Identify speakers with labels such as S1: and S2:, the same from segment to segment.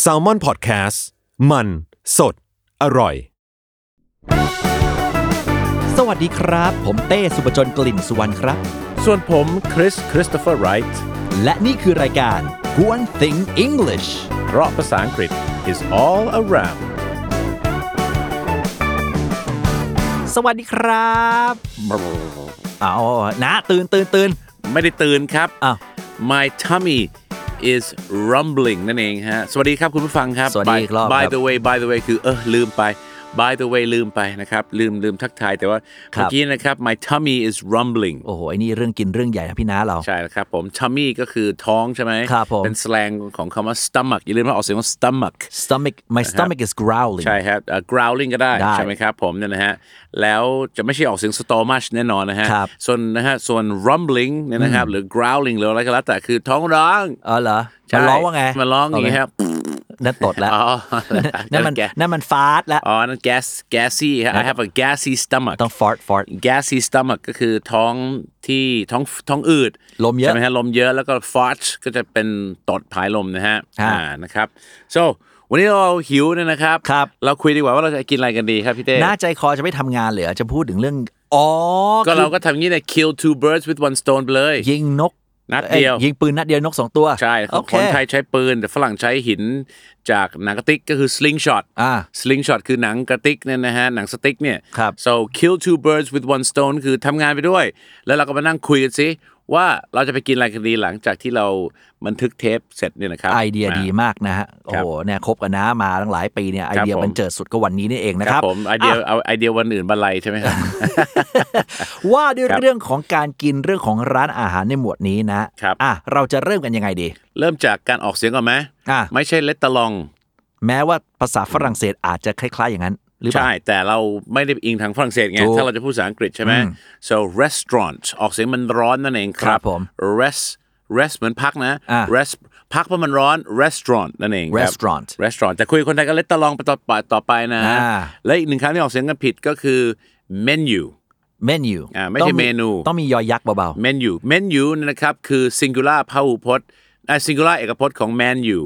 S1: แซลมอนพอดแคสต์มันสดอร่อย
S2: สวัสดีครับ ผมเต้สุปจนกลิ่นสุวรรณครับ
S3: ส่วนผมคริสคริสโตเฟอร์ไรท์
S2: และนี่คือรายการ One Thing English
S3: เพราะภาษาอังกฤษ is all around
S2: สวัสดีครับเอานะตื่นตื่นตื่น
S3: ไม่ได้ตื่นครับ
S2: อ้าว
S3: my tummy is rumbling นั่นเองฮะ สวัสดีครับคุณผู้ฟังครับ
S2: สวัสดี
S3: By-
S2: อีกรอบครับ
S3: by the way by the way คือเออลืมไป by the way ลืมไปนะครับ ลืมลืมทักทายแต่ว่า
S2: ครั
S3: เมื่
S2: บ
S3: อกี้นะครับ my tummy is rumbling
S2: โอ้โหไอ้นี่เรื่องกินเรื่องใหญ่นะพี่น้าเรา
S3: ใช่แล้วครับผม tummy ก็คือท้องใช่ไหม
S2: ครับผม
S3: เป็น slang ของคำว่า stomach อย่าลืมว่าออกเสียงว่า stomach
S2: stomach my stomach is growling
S3: ใช่ครับเอ่อ growling ก็ได้
S2: ได้
S3: ใช่ไหมครับผมเนี่ยนะฮะ แล้วจะไม่ใช่ออกเสียง stomach แน่นอนนะฮะ
S2: ครับ
S3: ส่วนนะฮะ ส่วน rumbling เนี่ยนะครับ หรือ growling หรืออะไรก็แล้วแต่คือท้องร้อง
S2: เออเหรอ
S3: ใช่
S2: มันร้องว่าไง
S3: มันร้องอย่างนี้ครับ
S2: นั่นตดแล้ว
S3: อ๋อ
S2: นั่นมัน
S3: แก๊ส
S2: นั่นมันฟาดแล้ว
S3: อ๋อ นั่น gas gassy ฮะ I have a gassy stomach
S2: ต้องฟาดฟาด
S3: gassy stomach ก็คือท้องที่ท้องท้องอืด
S2: ลมเยอะ
S3: ใช่ไหมฮะลมเยอะแล้วก็ fart ก็จะเป็นตดผายลมนะฮะ
S2: ฮะ
S3: อ่านะครับ so วันนี้เราหิวเนี่ยนะครับ
S2: ครับ
S3: เราคุยดีกว่าว่าเราจะกินอะไรกันดีครับพี่เต้
S2: หน้าใจคอจะไม่ทำงานเหลือจะพูดถึงเรื่อง อ๋อคื
S3: ก็
S2: อ
S3: เราก็ทำอย่างนี้เลย kill two birds with one stone ไปเลย
S2: ยิงนก
S3: นัดเดียว
S2: อ้ยิงปืนนัดเดียวนกสองตัว
S3: ใช่
S2: โอ
S3: ค
S2: เ
S3: นไทยใช้ปืน แต่ฝรั่งใช้หินจากหนังกระติกก็คือ sling shot
S2: อ่า
S3: sling shot คือหนังกระติกเนี่ยนะฮะ หนังสติ๊กเนี่ย
S2: ครับ
S3: so kill two birds with one stone คือทำงานไปด้วย แล้วเราก็มานั่งคุยกันสิว่าเราจะไปกินอะไรกันดีหลังจากที่เราบันทึกเทปเสร็จเนี่ยนะครับ
S2: ไอเดียดีมากนะฮะ โอ้โหเนี่ยคบกันนะมาตั้งหลายปีเนี่ยไอเดีย
S3: ผม
S2: บันเจิดสุดก็วันนี้นี่เองนะ
S3: ค
S2: ครั
S3: รับบ ผมไอเดีย
S2: ะ
S3: เอาไอเดียวันอื่นบันไลใช่ไหม ครับ
S2: ว่าด้วย
S3: ครับ
S2: เรื่องของการกินเรื่องของร้านอาหารในหมวดนี้นะครับ อ่ะเราจะเริ่มกันยังไงดี
S3: เริ่มจากการออกเสียงก่อนไหม
S2: อ่ะ
S3: ไม่ใช่เลตตะลอง
S2: แม้ว่าภาษาฝรั่งเศสอาจจะคล้ายๆอย่างนั้น หรือเปล่า
S3: ใช่ แต่เราไม่ได้อิงทางฝรั่งเศสไง
S2: ถูก
S3: ถ้าเราจะพูดภาษาอังกฤษใช่ไหม so restaurant ออกเสียงมันร้อนนั่นเองค
S2: ครั
S3: รับ
S2: บผม
S3: rest rest เหมือนพักนะ
S2: อ่า
S3: rest พักเพราะมันร้อน restaurant นั่นเองครับ
S2: Restaurant
S3: restaurant แต่คุยกับคนไทยก็เล็ดตะลองไปต่อไปต่อไปนะ
S2: อ่า
S3: และอีกหนึ่งคำที่ออกเสียงกันผิดก็คือ menu
S2: menu
S3: อ่ะไม่ใช่
S2: ต้อง
S3: เมนู
S2: ต้องมียอยักษ์เบา
S3: menu menu เนยนะครับ คือ singular พหูพจน์อ่า singular เอกพจน์ของ menu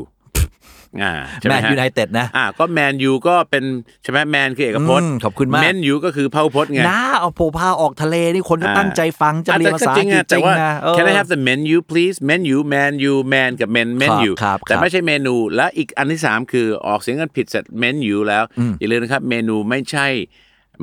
S3: อ่า
S2: ๆ
S3: ใช่ไหม
S2: แมน
S3: ฮะ
S2: ยูไนเต็ดนะ
S3: อ่าก็แมนยูก็เป็นใช่ไหมแมนคือเอกพจน์
S2: อืมขอบคุณมาก
S3: แมนยูก็คือพาหุพจน์ไง
S2: น้าเอาโผพาออกทะเลนี่คนก็ตั้งใจฟังจะ
S3: อ่
S2: เรียนภาษาอังกฤษจ
S3: แต่
S2: ริง
S3: ว่า
S2: นะเออ
S3: Can I have the menu please menu menu man กับ men menu
S2: ครับครับ
S3: แต่ไม่ใช่เมนู และอีกอันที่สามคือออกเสียงกันผิดเสร็จ menu แล้วอย่าลืมนะครับเมนูไม่ใช่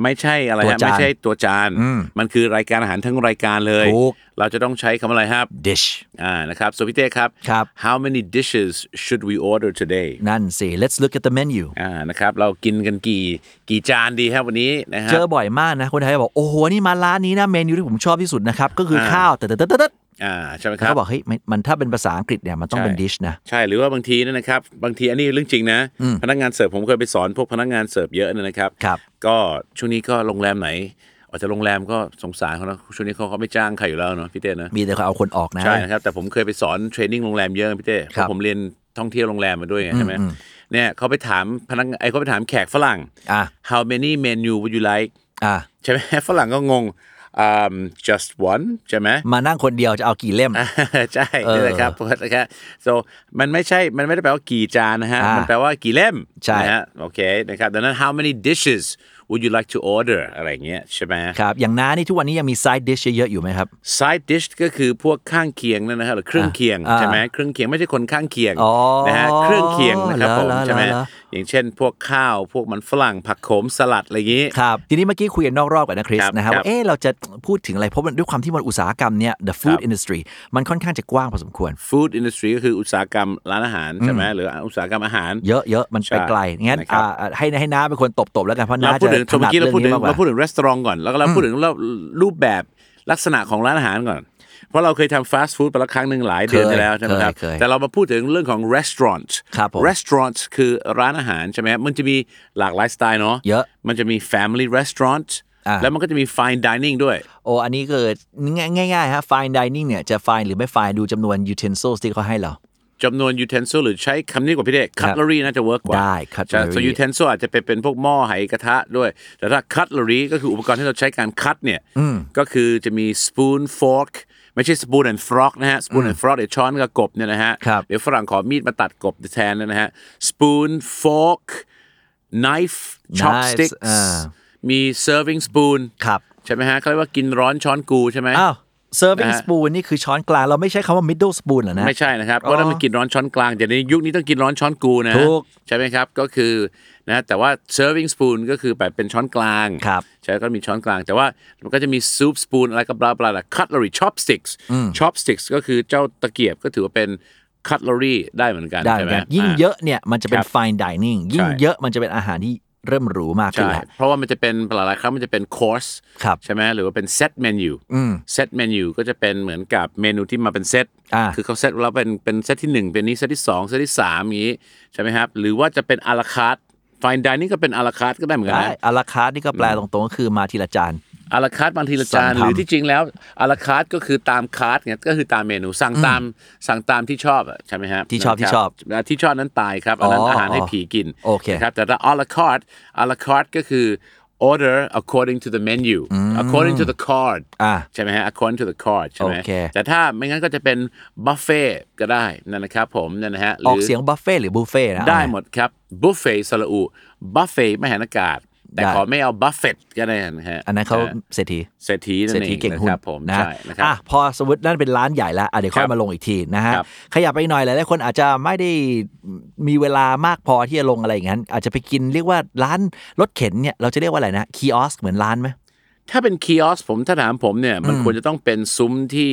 S3: ไม่ใช่อะไร
S2: ตัว
S3: ฮะ
S2: จาน
S3: ไม่ใช่ตัวจาน มันคือรายการอาหารทั้งรายการเลย
S2: ถูก
S3: เราจะต้องใช้คำอะไรครับ
S2: dish
S3: อ่านะครับสุพิเต้ครับ
S2: ครับ
S3: How many dishes should we order today
S2: นั่นสิ let's look at the menu
S3: อ่านะครับเรากินกันกี่กี่จานดีครับวันนี้นะฮะ
S2: เจอบ่อยมากนะ คนไทยบอกโอ้โหนี่มาร้านนี้นะเมนูที่ผมชอบที่สุดนะครับ ก็คือข้าวแต่แต่แต่แต่
S3: อ่าใช่ไหมค
S2: แต่
S3: รับ
S2: เขาบอกเฮ้ยมันมันถ้าเป็นภาษาอังกฤษเนี่ยมันต้องเป็น
S3: ใช่
S2: ดิชนะ
S3: ใช่หรือว่าบางทีเนยนะครับ บางทีอันนี้เรื่องจริงนะ พนักงานเสิร์ฟผมเคยไปสอนพวกพนักงานเสิร์ฟเยอะเนยนะครับ
S2: ครับ
S3: ก็ช่วงนี้ก็โรงแรมไหนออกจากโรงแรมก็สงสารเขานะช่วงนี้เขาเขาไม่จ้างใครอยู่แล้วเนาะพี่เต้นะ
S2: มีแต่เขาเอาคนออกนะ
S3: ใช่นะครับแต่ผมเคยไปสอนเทรนนิ่งโรงแรมเยอะพี่เต้เพ
S2: ครับ
S3: ราะผมเรียนท่องเที่ยวโรงแรมมาด้วยไงใช่ไหมเนี่ยเขาไปถามพนักงานไอ้เขาไปถามแขกฝรั่ง
S2: อ่ะ
S3: how many menu would you like
S2: อ่ะ
S3: ใช่ไหม ฝรั่งก็งงอ่า just one ใช่ไหม
S2: มานั่งคนเดียวจะเอากี่เล่ม
S3: ใช่นี่แหละครับนะครับ so มันไม่ใช่ มันไม่ได้แปลว่ากี่จานนะฮะ
S2: อ่ามั
S3: มันแปลว่ากี่เล่ม
S2: ใช่
S3: นะฮะ โอเค นะครับ ดังนั้น how many dishes would you like to order อะไรอย่างเงี้ยใช่ไหม
S2: ครับ อย่างน้านี่ทุกวันนี้ยังมี side dish เยอะๆอยู่ไหมครับ
S3: side dish ก็คือพวกข้างเคียงนั่นนะฮะหรือเครื่องเคียง
S2: อ่า
S3: ใช่ไหมเครื่องเคียงไม่ใช่คนข้างเคียง
S2: อ๋อ
S3: นะฮะ เครื่องเคียงนะครับผม
S2: เหรอเหรอ
S3: ใช่ไหม
S2: เหรอ
S3: อย่างเช่น พวกข้าว พวกมันฝรั่ง ผักโขม สลัด อะไรอย่างงี้
S2: ครับ ทีนี้เมื่อกี้คุยกันนอกรอบกันนะคริส
S3: ครับ
S2: นะครับ
S3: ครับ
S2: ว่าเอ๊ะเราจะพูดถึงอะไรเพราะมันด้วยความที่มันอุตสาหกรรมเนี่ย the food
S3: ครับ
S2: industry มันค่อนข้างจะกว้างพอสมควร
S3: food industry ก็คืออุตสาหกรรมร้านอาหารใช่ไหมหรืออุตสาหกรรมอาหาร
S2: เยอะๆมันไปไกลงั้น
S3: นะครับ
S2: อ่าอ่าให้ให้น้าเป็นคนตบๆแล้วกันเพราะน้า
S3: เราพู
S2: จะ
S3: ดถึง
S2: ถนัด
S3: เมื่อกี้เรา
S2: เรื่อง
S3: พูดถึ
S2: นี้มาก
S3: ง
S2: กว่า
S3: เราพูดถึงร้านอาหารก่อนแล้วก็เราพูดถึงรูปแบบลักษณะของร้านอาหารก่อน เพราะเราเคยทำฟาสต์ฟู้ดไปแล้วครั้งหนึ่งหลายเดือน
S2: เคย
S3: ไปแล้วใช่ไหมครับ
S2: เคยเคย
S3: แต่เรามาพูดถึงเรื่องของ restaurant
S2: ครับผม
S3: restaurant คือร้านอาหารใช่ไหมครับมันจะมีหลากหลายสไตล์เนาะ
S2: เยอะ
S3: มันจะมี family restaurant
S2: อ่า
S3: แล้วมันก็จะมี fine dining ด้วย
S2: โอ้อันนี้เกิดง่ายๆฮะ fine dining เนี่ยจะ fine หรือไม่ fine ดูจำนวน utensils ที่เขาให้เรา
S3: จำนวน utensil หรือใช้คำนี้กว่าพี่เด็ก
S2: ครับ
S3: cutlery น่าจะเวิร์กกว่า
S2: ได้
S3: ใช่
S2: cutlery
S3: so utensil อาจจะเป็นเป็นพวกหม้อไหกระทะด้วย แต่ถ้า cutlery ก็คืออุปกรณ์ที่เราใช้การคัดเนี่ย ก็คือจะมี spoon fork ไม่ใช่ spoon and frog นะฮะ spoon and frog เดี๋ยวช้อนกับกบเนี่ยนะฮะ
S2: ครับ
S3: เดี๋ยวฝรั่งขอมีดมาตัดกบแทนนะฮะ spoon fork knife chopsticks
S2: อ่า
S3: มี serving spoon
S2: ครับ
S3: ใช่ไหมฮะเขาเรียกว่ากินร้อนช้อนกูใช่ไหม
S2: อ้าว serving
S3: นะฮะ
S2: spoon นี่คือช้อนกลาง เราไม่ใช้คำว่า middle spoon เหรอนะ
S3: ไม่ใช่นะครับ เพราะถ้ามันกินร้อนช้อนกลางเดี๋ยวนี้ยุคนี้ต้องกินร้อนช้อนกูนะ
S2: ถูก
S3: ใช่ไหมครับ ก็คือนะแต่ว่า serving spoon ก็คือแบบเป็นช้อนกลาง
S2: ครับ
S3: ใช่ก็มีช้อนกลาง แต่ว่ามันก็จะมี soup spoon อะไรก็บลาบลาละ cutlery chopsticks chopsticks ก็คือเจ้าตะเกียบก็ถือว่าเป็น cutlery ได้เหมือนกัน
S2: ได้
S3: ใช่
S2: เหมื
S3: ไห
S2: อ
S3: ม
S2: นกันยิ่ง
S3: อ่า
S2: เยอะเนี่ย มันจะเป็น
S3: ครับ
S2: fine dining ยิ่ง
S3: ใช่
S2: เยอะมันจะเป็นอาหารที่เริ่มหรูมากขึ้น
S3: ใช่
S2: ละ
S3: เพราะว่ามันจะเป็นหลายๆครั้งมันจะเป็นคอร์ส
S2: ครับ
S3: ใช่ไหมหรือว่าเป็นเซตเมนูเซตเมนูก็จะเป็นเหมือนกับเมนูที่มาเป็นเซต
S2: อ่า
S3: คือเขาเซตแล้วเป็นเป็นเซตที่หนึ่งเป็นนี้เซตที่สองเซตที่สามอย่างนี้ใช่ไหมครับ หรือว่าจะเป็นอาราคาร์ดฟายดายนี่ก็เป็นอาราคาร์ดก็ได้เหมือนกัน
S2: ได้
S3: นะ
S2: อาราคาร์ทนี่ก็แปลตรงๆก็คือมาทีละจาน
S3: อาราคาร์ดบางทีละจาน
S2: สั่งทำ
S3: หรือที่จริงแล้วอาราคาร์ดก็คือตามคาร์ดเนี่ยก็คือตามเมนูสั่งตามสั่งตามที่ชอบอะใช่ไหมครับ
S2: ที่ชอบที่ชอบ
S3: ะที่ชอบนั้นตายครับอันนั้น
S2: อ๋ออ๋อ
S3: อา
S2: อ
S3: หารให้ผีกิน
S2: โอเค
S3: นะครับ ครับแต่ถ้า a la carte a la carte ก็คือ order according to the menu according to the card
S2: อ่า
S3: ใช่ไหมฮะ according to the card ใช่ไหม
S2: โอเค
S3: แต่ถ้าไม่งั้นก็จะเป็น buffet ก็ได้นั่นนะครับผมนั่นนะฮะหรื
S2: ออกเสียงบัฟเฟ่หรือบุฟเฟ่นะ
S3: ได้หมดครับ buffet สระอุ buffet ไม่แหนอากาศ แต่
S2: ได้
S3: ขอไม่เอา buffet ก็ได้นะฮะ
S2: อันนั้นเขา
S3: ะ
S2: เศรษฐี
S3: เศรษฐีนั่น
S2: เศรษ
S3: เอ
S2: ฐี
S3: ง
S2: เก่ง
S3: นะ
S2: หุ้
S3: คน รับผม
S2: นะ
S3: ใช่นะครับ
S2: อ่ะพอสมมตินั่นเป็นร้านใหญ่แล้วอ่ะเดี๋ยวค่อ
S3: ครั
S2: ย
S3: บ
S2: มาลงอีกทีนะฮะ
S3: ครับ
S2: ขยับไปอีกหน่อยหลายๆคนอาจจะไม่ได้มีเวลามากพอที่จะลงอะไรอย่างนั้น อาจจะไปกินเรียกว่าร้านรถเข็นเนี่ยเราจะเรียกว่าอะไรนะคีออสเหมือนร้านไหม
S3: ถ้าเป็นคีออสผมถ้าถามผมเนี่ยมันควรจะต้องเป็นซุ้มที่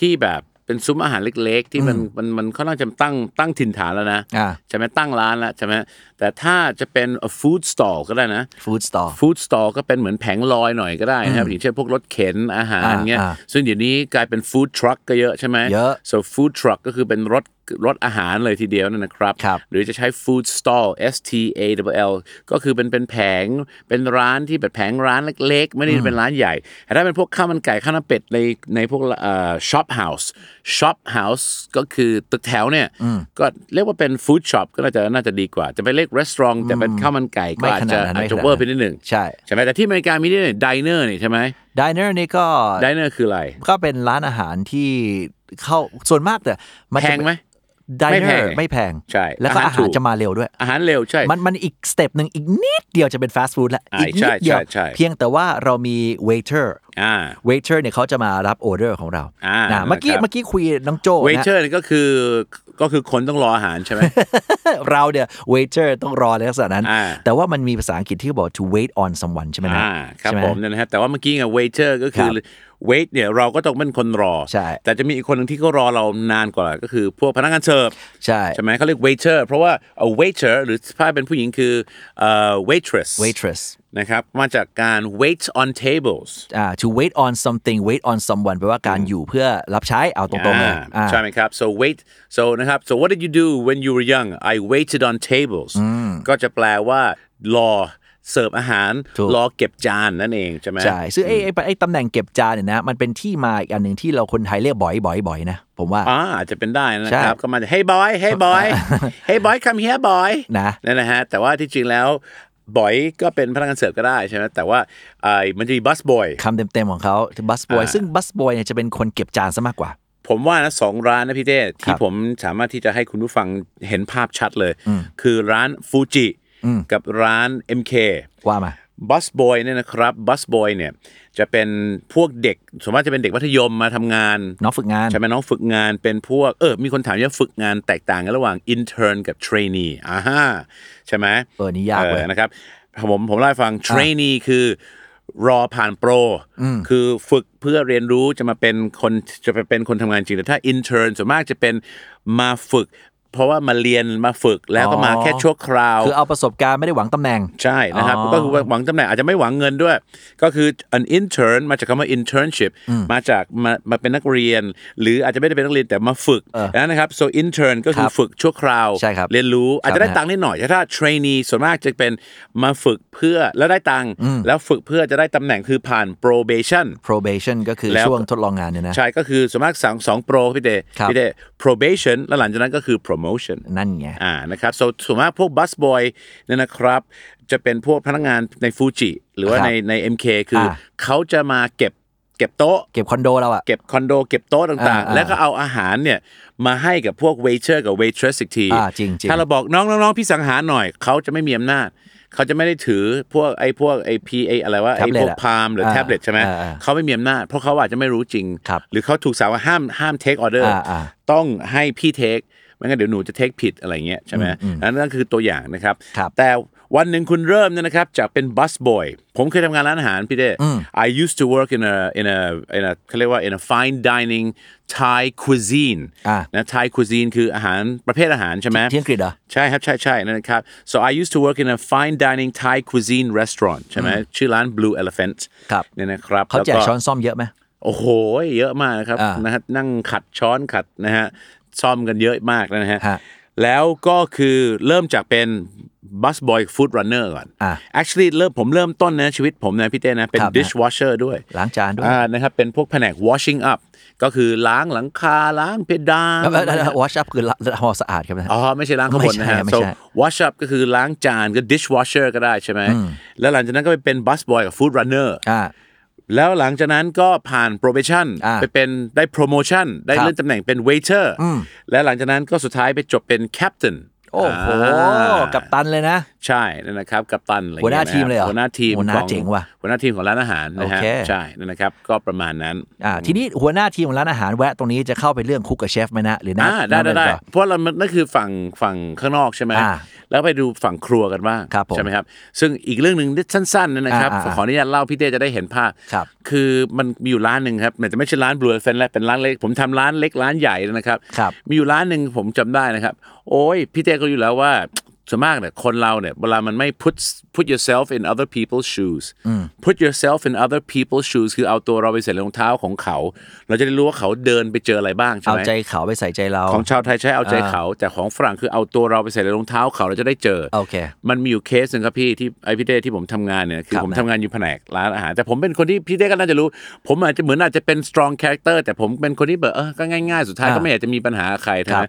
S3: ที่แบบเป็นซุ้มอาหารเล็ก ๆ ที่มันมันมันค่อนข้างจะตั้งตั้งถิ่นฐานแล้วนะ
S2: อ่า
S3: ใช่ไหมตั้งร้านแล้วใช่ไหมแต่ถ้าจะเป็น food stall ก็ได้นะ
S2: ฟู้ดสตอร์
S3: food stall ก็เป็นเหมือนแผงลอยหน่อยก็ได้นะครับอย่างเช่นพวกรถเข็นอาหาร
S2: อ่า
S3: เงี้ย
S2: อ่า
S3: ซึ่งเดี๋ยวนี้กลายเป็น food truck ก็เยอะใช่ไหม
S2: เยอะ
S3: so food truck ก็คือเป็นรถรถอาหารเลยทีเดียวนั่นนะครับ
S2: ครับ
S3: หรือจะใช้ food stall S T A L L ก็คือเป็นเป็นแผงเป็นร้านที่แบบแผงร้านเล็ก ๆ ไม่ได้เป็นร้านใหญ่แต่ถ้าเป็นพวกข้าวมันไก่ข้าวหน้าเป็ดในในพวกเอ่อ shop house shop house ก็คือตึกแถวเนี่ยก็เรียกว่าเป็น food shop ก็น่าจะน่าจะดีกว่า จะไปเรียก restaurant แต่เป็นข้าวมันไก่ก็
S2: ไม่
S3: อาจ
S2: ขนา
S3: จะ
S2: ดนั้น
S3: อาจ
S2: ไม่
S3: จะ
S2: ขนาด
S3: เวอร์ไป
S2: นั้น
S3: นิดหนึ่ง
S2: ใช่
S3: ใช่ไหมแต่ที่อเมริกามีนี่ดิเนอร์นี่ใช่ไหม
S2: ดิเนอร์นี่ก็
S3: ดิเนอร์คืออะไร
S2: ก็เป็นร้านอาหารที่เข้าส่วนมากแต่
S3: แพงไหม
S2: ดิ
S3: ไม่
S2: เน
S3: แพ
S2: อง ร์ไม่แพง
S3: ใช่
S2: แล้วก็
S3: อา
S2: อา
S3: หาร
S2: หา
S3: ถู
S2: ร
S3: ก
S2: จะมาเร็วด้วย
S3: อาหารเร็วใช่
S2: มันมันอีกสเต็ปหนึ่งอีกนิดเดียวจะเป็นฟาสต์ฟู้ดแล้ว
S3: อ่า
S2: อีกนิดเดียว
S3: ใช่ใช่ใช่
S2: เพียงแต่ว่าเรามีเวเทอร์
S3: อ่า
S2: เวเทอร์เนี่ยเขาจะมารับออเดอร์ของเรา
S3: อ่า
S2: นะเมื่อกี้
S3: นะครับ
S2: เมื่อกี้คุยน้องโจ
S3: เว
S2: นะ
S3: เชอร์ก็คือก็คือคนต้องรออาหารใช่ไหม
S2: เราเนี่ยเวเทอร์ต้องรอในลักษณะนั้น
S3: อ่า
S2: แต่ว่ามันมีภาษาอังกฤษที่บอก to wait on someone ใช่ไหมนะ
S3: อ่าครับ
S2: ใช่ไห
S3: ผมเนี่ยนะฮะแต่ว่าเมื่อกี้ไงเวเชอร์ก็คือ
S2: ครับ
S3: เวทเนี่ยเราก็ต้องเป็นคนรอ
S2: ใช่
S3: แต่จะมีอีกคนหนึ่งที่ก็รอเรานานกว่าก็คือพวกพนักงานเสิร์ฟ
S2: ใช่
S3: ใช่ไหมเขาเรียกเวเชอร์เพราะว่า a waiter หรือถ้าเป็นผู้หญิงคือเอ่อ waitress
S2: waitress
S3: นะครับมาจากการ wait on tables
S2: อ่า to wait on something wait on someone แปลว่าการอยู่เพื่อรับใช้เอาตรงๆเลย
S3: อ่า
S2: อ่า
S3: ใช่ไหมครับ so wait so นะครับ so what did you do when you were young I waited on tables ก็จะแปลว่ารอเสิร์ฟอาหาร
S2: ถูก
S3: รอเก็บจานนั่นเองใช่ไหม
S2: ใช่ซึ่งไอ้ไอ้ไอ้ตำแหน่งเก็บจานเนี่ยนะ มันเป็นที่มาอีกอันหนึ่งที่เราคนไทยเรียกบ่อยบ่อยบ่อยนะ ผมว่า
S3: อ่าอาจจะเป็นได้นะ
S2: ใช่
S3: ครับ ก็มัน hey boy hey boy hey boy come here boy
S2: นะ
S3: นั่นนะฮะ แต่ว่าที่จริงแล้วบอยก็เป็นพนักงานเสิร์ฟก็ได้ใช่ไหมแต่ว่าไอ้มันจะมีบัสบอย
S2: คำเต็มๆของเขาบัสบอย
S3: อ่า
S2: ซึ่งบัสบอยเนี่ยจะเป็นคนเก็บจานซะมากกว่า
S3: ผมว่านะสองร้านนะพี่เต้
S2: ค
S3: ที่
S2: รับ
S3: ผมสามารถที่จะให้คุณผู้ฟังเห็นภาพชัดเลย คือร้านฟูจิ
S2: อืม
S3: กับร้าน MK
S2: ว่ามา
S3: บัสบอยเนี่ยนะครับบัสบอยเนี่ยจะเป็นพวกเด็กส่วนมากจะเป็นเด็กมัธยมมาทำงาน
S2: น้องฝึกงาน
S3: ใช่ไหมน้องฝึกงานเป็นพวกเออ มีคนถามว่าฝึกงานแตกต่างกันระหว่าง intern กับ trainee อ่าฮะใช่ไหม
S2: เออนี่ยากเว้ย
S3: ออนะครับผมผมเล่าให้ฟัง trainee คือรอผ่านโปร คือฝึกเพื่อเรียนรู้จะมาเป็นคนจะไปเป็นคนทำงานจริง แต่ถ้า intern ส่วนมากจะเป็นมาฝึกพ เพราะว่ามาเรียนมาฝึกแล้วก็มา
S2: อ๋อ
S3: แค่ชั่วคราว
S2: คือเอาประสบการณ์ไม่ได้หวังตำแหน่ง
S3: ใช่นะครับ
S2: อ๋อ
S3: ก็คือหวังตำแหน่งอาจจะไม่หวังเงินด้วย ก็คือ an intern มาจากคำว่า internship มาจากมามาเป็นนักเรียน หรืออาจจะไม่ได้เป็นนักเรียนแต่มาฝึกนะครับ so intern ก็คื
S2: ค
S3: อ
S2: รับ
S3: ฝึกชั่วคราว
S2: ใช่ครับ
S3: เรียนรู้อาจจะได้
S2: นะฮะ
S3: ตังค์นิดหน่อยแต่ถ้า trainee ส่วนมากจะเป็นมาฝึกเพื่อแล้วได้ตังค์แล้วฝึกเพื่อจะได้ตำแหน่งคือผ่าน probation
S2: probation ก็คือ
S3: แล้ว
S2: ช่วงทดลองงานเนี่ยนะ
S3: ใช่ก็คือส่วนมากสองสองโปรพี่เด
S2: ครับ
S3: พี่เด probation แล้วหลังจากนั้นก็คือ promotion
S2: นั่นไง
S3: อ่านะครับ so, ส่วนมากพวกบัสบอยเนี่ยนะครับ จะเป็นพวกพนักงานในฟูจิ หรือว่า
S2: ครับ
S3: ในใน MK คืออา เขาจะมาเก็บเก็บโต๊ะ
S2: เก็บคอนโดเราอะ
S3: เก็บคอนโด เก็บโต๊ะต่าง
S2: อ่า
S3: ๆ
S2: อ่า
S3: แล้วก็เอาอาหารเนี่ยมาให้กับพวกเวเชอร์กับเวทเทรสอีกที
S2: อ่าจริงๆ
S3: ถ้าเราบอกน้องน้องพี่สังหารหน่อย เขาจะไม่มีอำนาจ เขาจะไม่ได้ถือพวกไอ้พวกไอ้พีไอ้อะไรว่าไอ้พว
S2: Tablet
S3: ก
S2: อะ
S3: พามหรืออา แท็บเล็ตใช่ไหม
S2: อ่าอ่า
S3: เขาไม่มีอำนาจ เพราะเขาอาจจะไม่รู้จริง
S2: ครับ
S3: หรือเขาถูกสาวว่าห้ามห้ามเทคออเดอร์
S2: อ่าอ่า
S3: ต้องให้พี่เทคไม่งั้นเดี๋ยวหนูจะเทคผิดอะไรเงี้ยใช่ไหมอันนั่นคือตัวอย่างนะครับ
S2: ครับ
S3: แต่วันหนึ่งคุณเริ่มเนี่ยนะครับจากเป็นบัสบอยผมเคยทำงานร้านอาหารพี่เด้ I used to work in a in a in a เขาเรียกว่า in a fine dining Thai cuisine
S2: อ่ะ
S3: นะ Thai cuisine คืออาหารประเภทอาหารใช่ไหม
S2: ที่อังกฤษเหรอ
S3: ใช่ครับใช่ใช่นั่นนะครับ so I used to work in a fine dining Thai cuisine restaurant ใช่ไหมชื่อร้าน Blue Elephant
S2: ครับ
S3: เนี่ยนะครับ
S2: เขาแจก
S3: ล้ว
S2: ช้อนซ่อมเยอะไหม
S3: โอ้โห เยอะมากนะครับ
S2: อ่าน
S3: นะฮะนั่งขัดช้อนขัดนะฮะซ่อมกันเยอะมากนะฮะ
S2: ฮะ
S3: แล้วก็คือเริ่มจากเป็นบัสบอยฟู้ดรันเนอร์ก่อน
S2: อ่า
S3: actually เริ่มผมเริ่มต้นนะชีวิตผมนะพี่เต้นะ เป็น
S2: ครับ
S3: dishwasher ด้วย
S2: ล้างจานด้วย
S3: อ่านะครับเป็นพวกแผนก washing up ก็คือล้างหลังคาล้างเพดาน
S2: วอชอัพคือละละหอสะอาดครับนะ
S3: อ๋อ ไม่ใช่ล้างข้างบนนะฮะ
S2: ไม่ใช่
S3: so
S2: ไม่ใช่
S3: wash up ก็คือล้างจานก็ dishwasher ก็ได้ใช่ไหม แล้วหลังจากนั้นก็ไปเป็น bus boy กับ food runner
S2: อ่า
S3: แล้วหลังจากนั้นก็ผ่าน probation
S2: อ่า
S3: ไปเป็นได้ promotion ได้
S2: ครับ
S3: เลื่อนตำแหน่งเป็น waiter และหลังจากนั้นก็สุดท้ายไปจบเป็น captain
S2: โอ้โห
S3: อ่า
S2: กับตันเลยนะ
S3: ใช่นั่นนะครับ กัปตันอะไรอย่ง
S2: หั
S3: งี้
S2: วหน้าทีมเลยเหรอ
S3: หัวหน้าทีม
S2: หัวหน้า
S3: ของ
S2: เจ๋งว่ะ
S3: หัวหน้าทีมของร้านอาหารนะฮะ
S2: โอเค
S3: ใช่นั่นนะครับ ก็ประมาณนั้น
S2: อ่าทีนี้หัวหน้าทีมของร้านอาหารแวะตรงนี้จะเข้าไปเรื่องคุกกับเชฟไหมนะหรือนะ
S3: อ่าได้ได้
S2: นั่นเลย
S3: ได้
S2: เหรอ
S3: เพราะเรามันนั่นคือฝั่งฝั่งข้างนอกใช่ไหม
S2: อ่า
S3: แล้วไปดูฝั่งครัวกันบ้าง
S2: ครับผม
S3: ใช่ไหมครับ ซึ่งอีกเรื่องหนึ่งสั้นๆนะครับ
S2: อ่าอ่า
S3: ขออนุญาตเล่าพี่เต้จะได้เห็นภาพ
S2: ครับ
S3: คือมันมีอยู่ร้านหนึ่งครับมันจะไม่ใช่ร้านบลูเฟนแล้วเป็นร้านเล็กผมทำร้านเล็กร้านใหญ่นะครับ
S2: ครับ
S3: มีอยู่ร้านหนึ่งผมจำได้นะครับ โอ้ยพี่เต้ก็อยู่แล้วว่าส่วนมากเนี่ยคนเราเนี่ยเวลามันไม่ put put yourself in other people's shoes put yourself in other people's shoes คือเอาตัวเราไปใส่รองเท้าของเขา เราจะได้รู้ว่าเขาเดินไปเจออะไรบ้างใช่
S2: เอา
S3: ไหม
S2: ใจเขาไปใส่ใจเรา
S3: ของชาวไทยใช้เอาใจเขา แต่ของฝรั่งคือเอาตัวเราไปใส่ในรองเท้าเขาเราจะได้เจอ
S2: โอเค
S3: มันมีอยู่เคสหนึ่งครับพี่ที่ไอพี่เต้ที่ผมทำงานเนี่ยคื
S2: ค
S3: อ
S2: รับ
S3: ผมทำงานอยู่แผนกร้านอาหาร แต่ผมเป็นคนที่พี่เต้ก็น่าจะรู้ ผมอาจจะเหมือนอาจจะเป็น strong character แต่ผมเป็นคนที่แบบเออก็ง่ายๆ สุดท้าย
S2: อ่า
S3: ก็ไม่อยากจะมีปัญหากับใคร
S2: ครั
S3: ทั้ง
S2: บ
S3: นั้น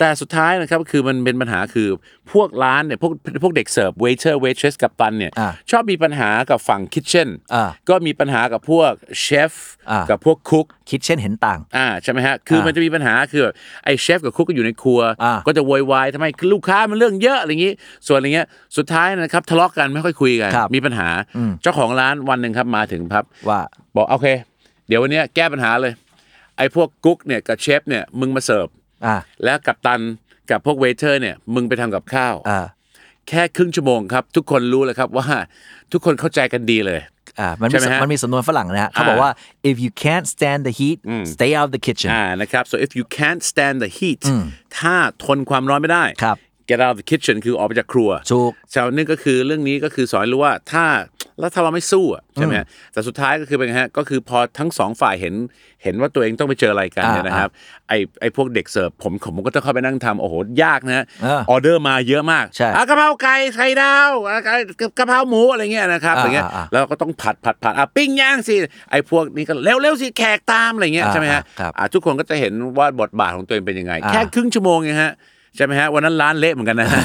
S3: แต่สุดท้ายนะครับคือมันเป็นปัญหาคือพวกร้านเนี่ยพวกพวกเด็กเสิร์ฟ waiter waitress กับตันเนี่ย
S2: อ่า
S3: ชอบมีปัญหากับฝั่ง kitchen
S2: อ่า
S3: ก็มีปัญหากับพวกเชฟ
S2: อ่ากั
S3: กับพวกคุก
S2: คิดเช่นเห็นต่าง
S3: อ่าใช่ไหมฮะ คือมันจะมีปัญหาคือแบบไอ้เชฟกับคุกก็อยู่ในครัว
S2: อ่า
S3: ก็จะโวยวายทำไมลูกค้ามันเรื่องเยอะอะไรอย่างนี้ ส่วนอะไรเงี้ย สุดท้ายนะครับทะเลาะกันไม่ค่อยคุยกัน
S2: ครับ
S3: มีปัญหา เจ้าของร้านวันหนึ่งครับมาถึงครับ
S2: ว่า
S3: บอกโอเค เดี๋ยววันเนี้ยแก้ปัญหาเลย ไอ้พวกกุ๊กเนี่ยกับเชฟเนี่ยมึงมาเสิร์ฟ
S2: อ่า
S3: แล้วกับตันกับพวกเวเทอร์เนี่ยมึงไปทำกับข้าว
S2: อ่า
S3: แค่ครึ่งชั่วโมงครับทุกคนรู้เลยครับว่าทุกคนเข้าใจกันดีเลย
S2: อ่ามันมี
S3: ใช่ไหมฮะ
S2: มันมีสำนวนฝรั่งนะฮะเขาบอกว่า if you can't stand the heat stay out of the kitchen
S3: อ่านะครับ so if you can't stand the heat ถ้าทนความร้อนไม่ได้
S2: ครับ
S3: get out of the kitchen คือออกไปจากครัว
S2: ถูก
S3: ชาวนี่ก็คือเรื่องนี้ก็คือสอนให้รู้ว่าถ้าแล้วถ้าเราไม่สู้อะใช่ไหมฮะแต่สุดท้ายก็คือเป็นไงฮะก็คือพอทั้งสองฝ่ายเห็นเห็นว่าตัวเองต้องไปเจออะไรกันเนี่ย
S2: อ่า
S3: นะครับไอไอพวกเด็กเสิร์ฟผมผมก็ต้องเข้าไปนั่งทำโอ้โหยากนะฮะ
S2: เออ
S3: ออเดอร์มาเยอะมาก
S2: ใช่
S3: อ่ะกะเพราไก่ไข่ดาวอ่ะกะเพราหมูอะไรเงี้ยนะครับ
S2: อ่า
S3: อะไรเงี้ย
S2: อ่าอ่า
S3: แล้วก็ต้องผัดผัดผัดอ่ะปิ้งย่างสิไอพวกนี้ก็เร็วเร็วสิแขกตามอะไรเงี้ย
S2: อ่า
S3: ใช่ไหมฮะ
S2: อ่าครับ
S3: อ่ะทุกคนก็จะเห็นว่าบทบาทของตัวเองเป็นยังไง แค่ครึ่งชั่วโมงเองฮะใช่ไหมฮะวันนั้นร้านเละเหมือนกัน นะฮะ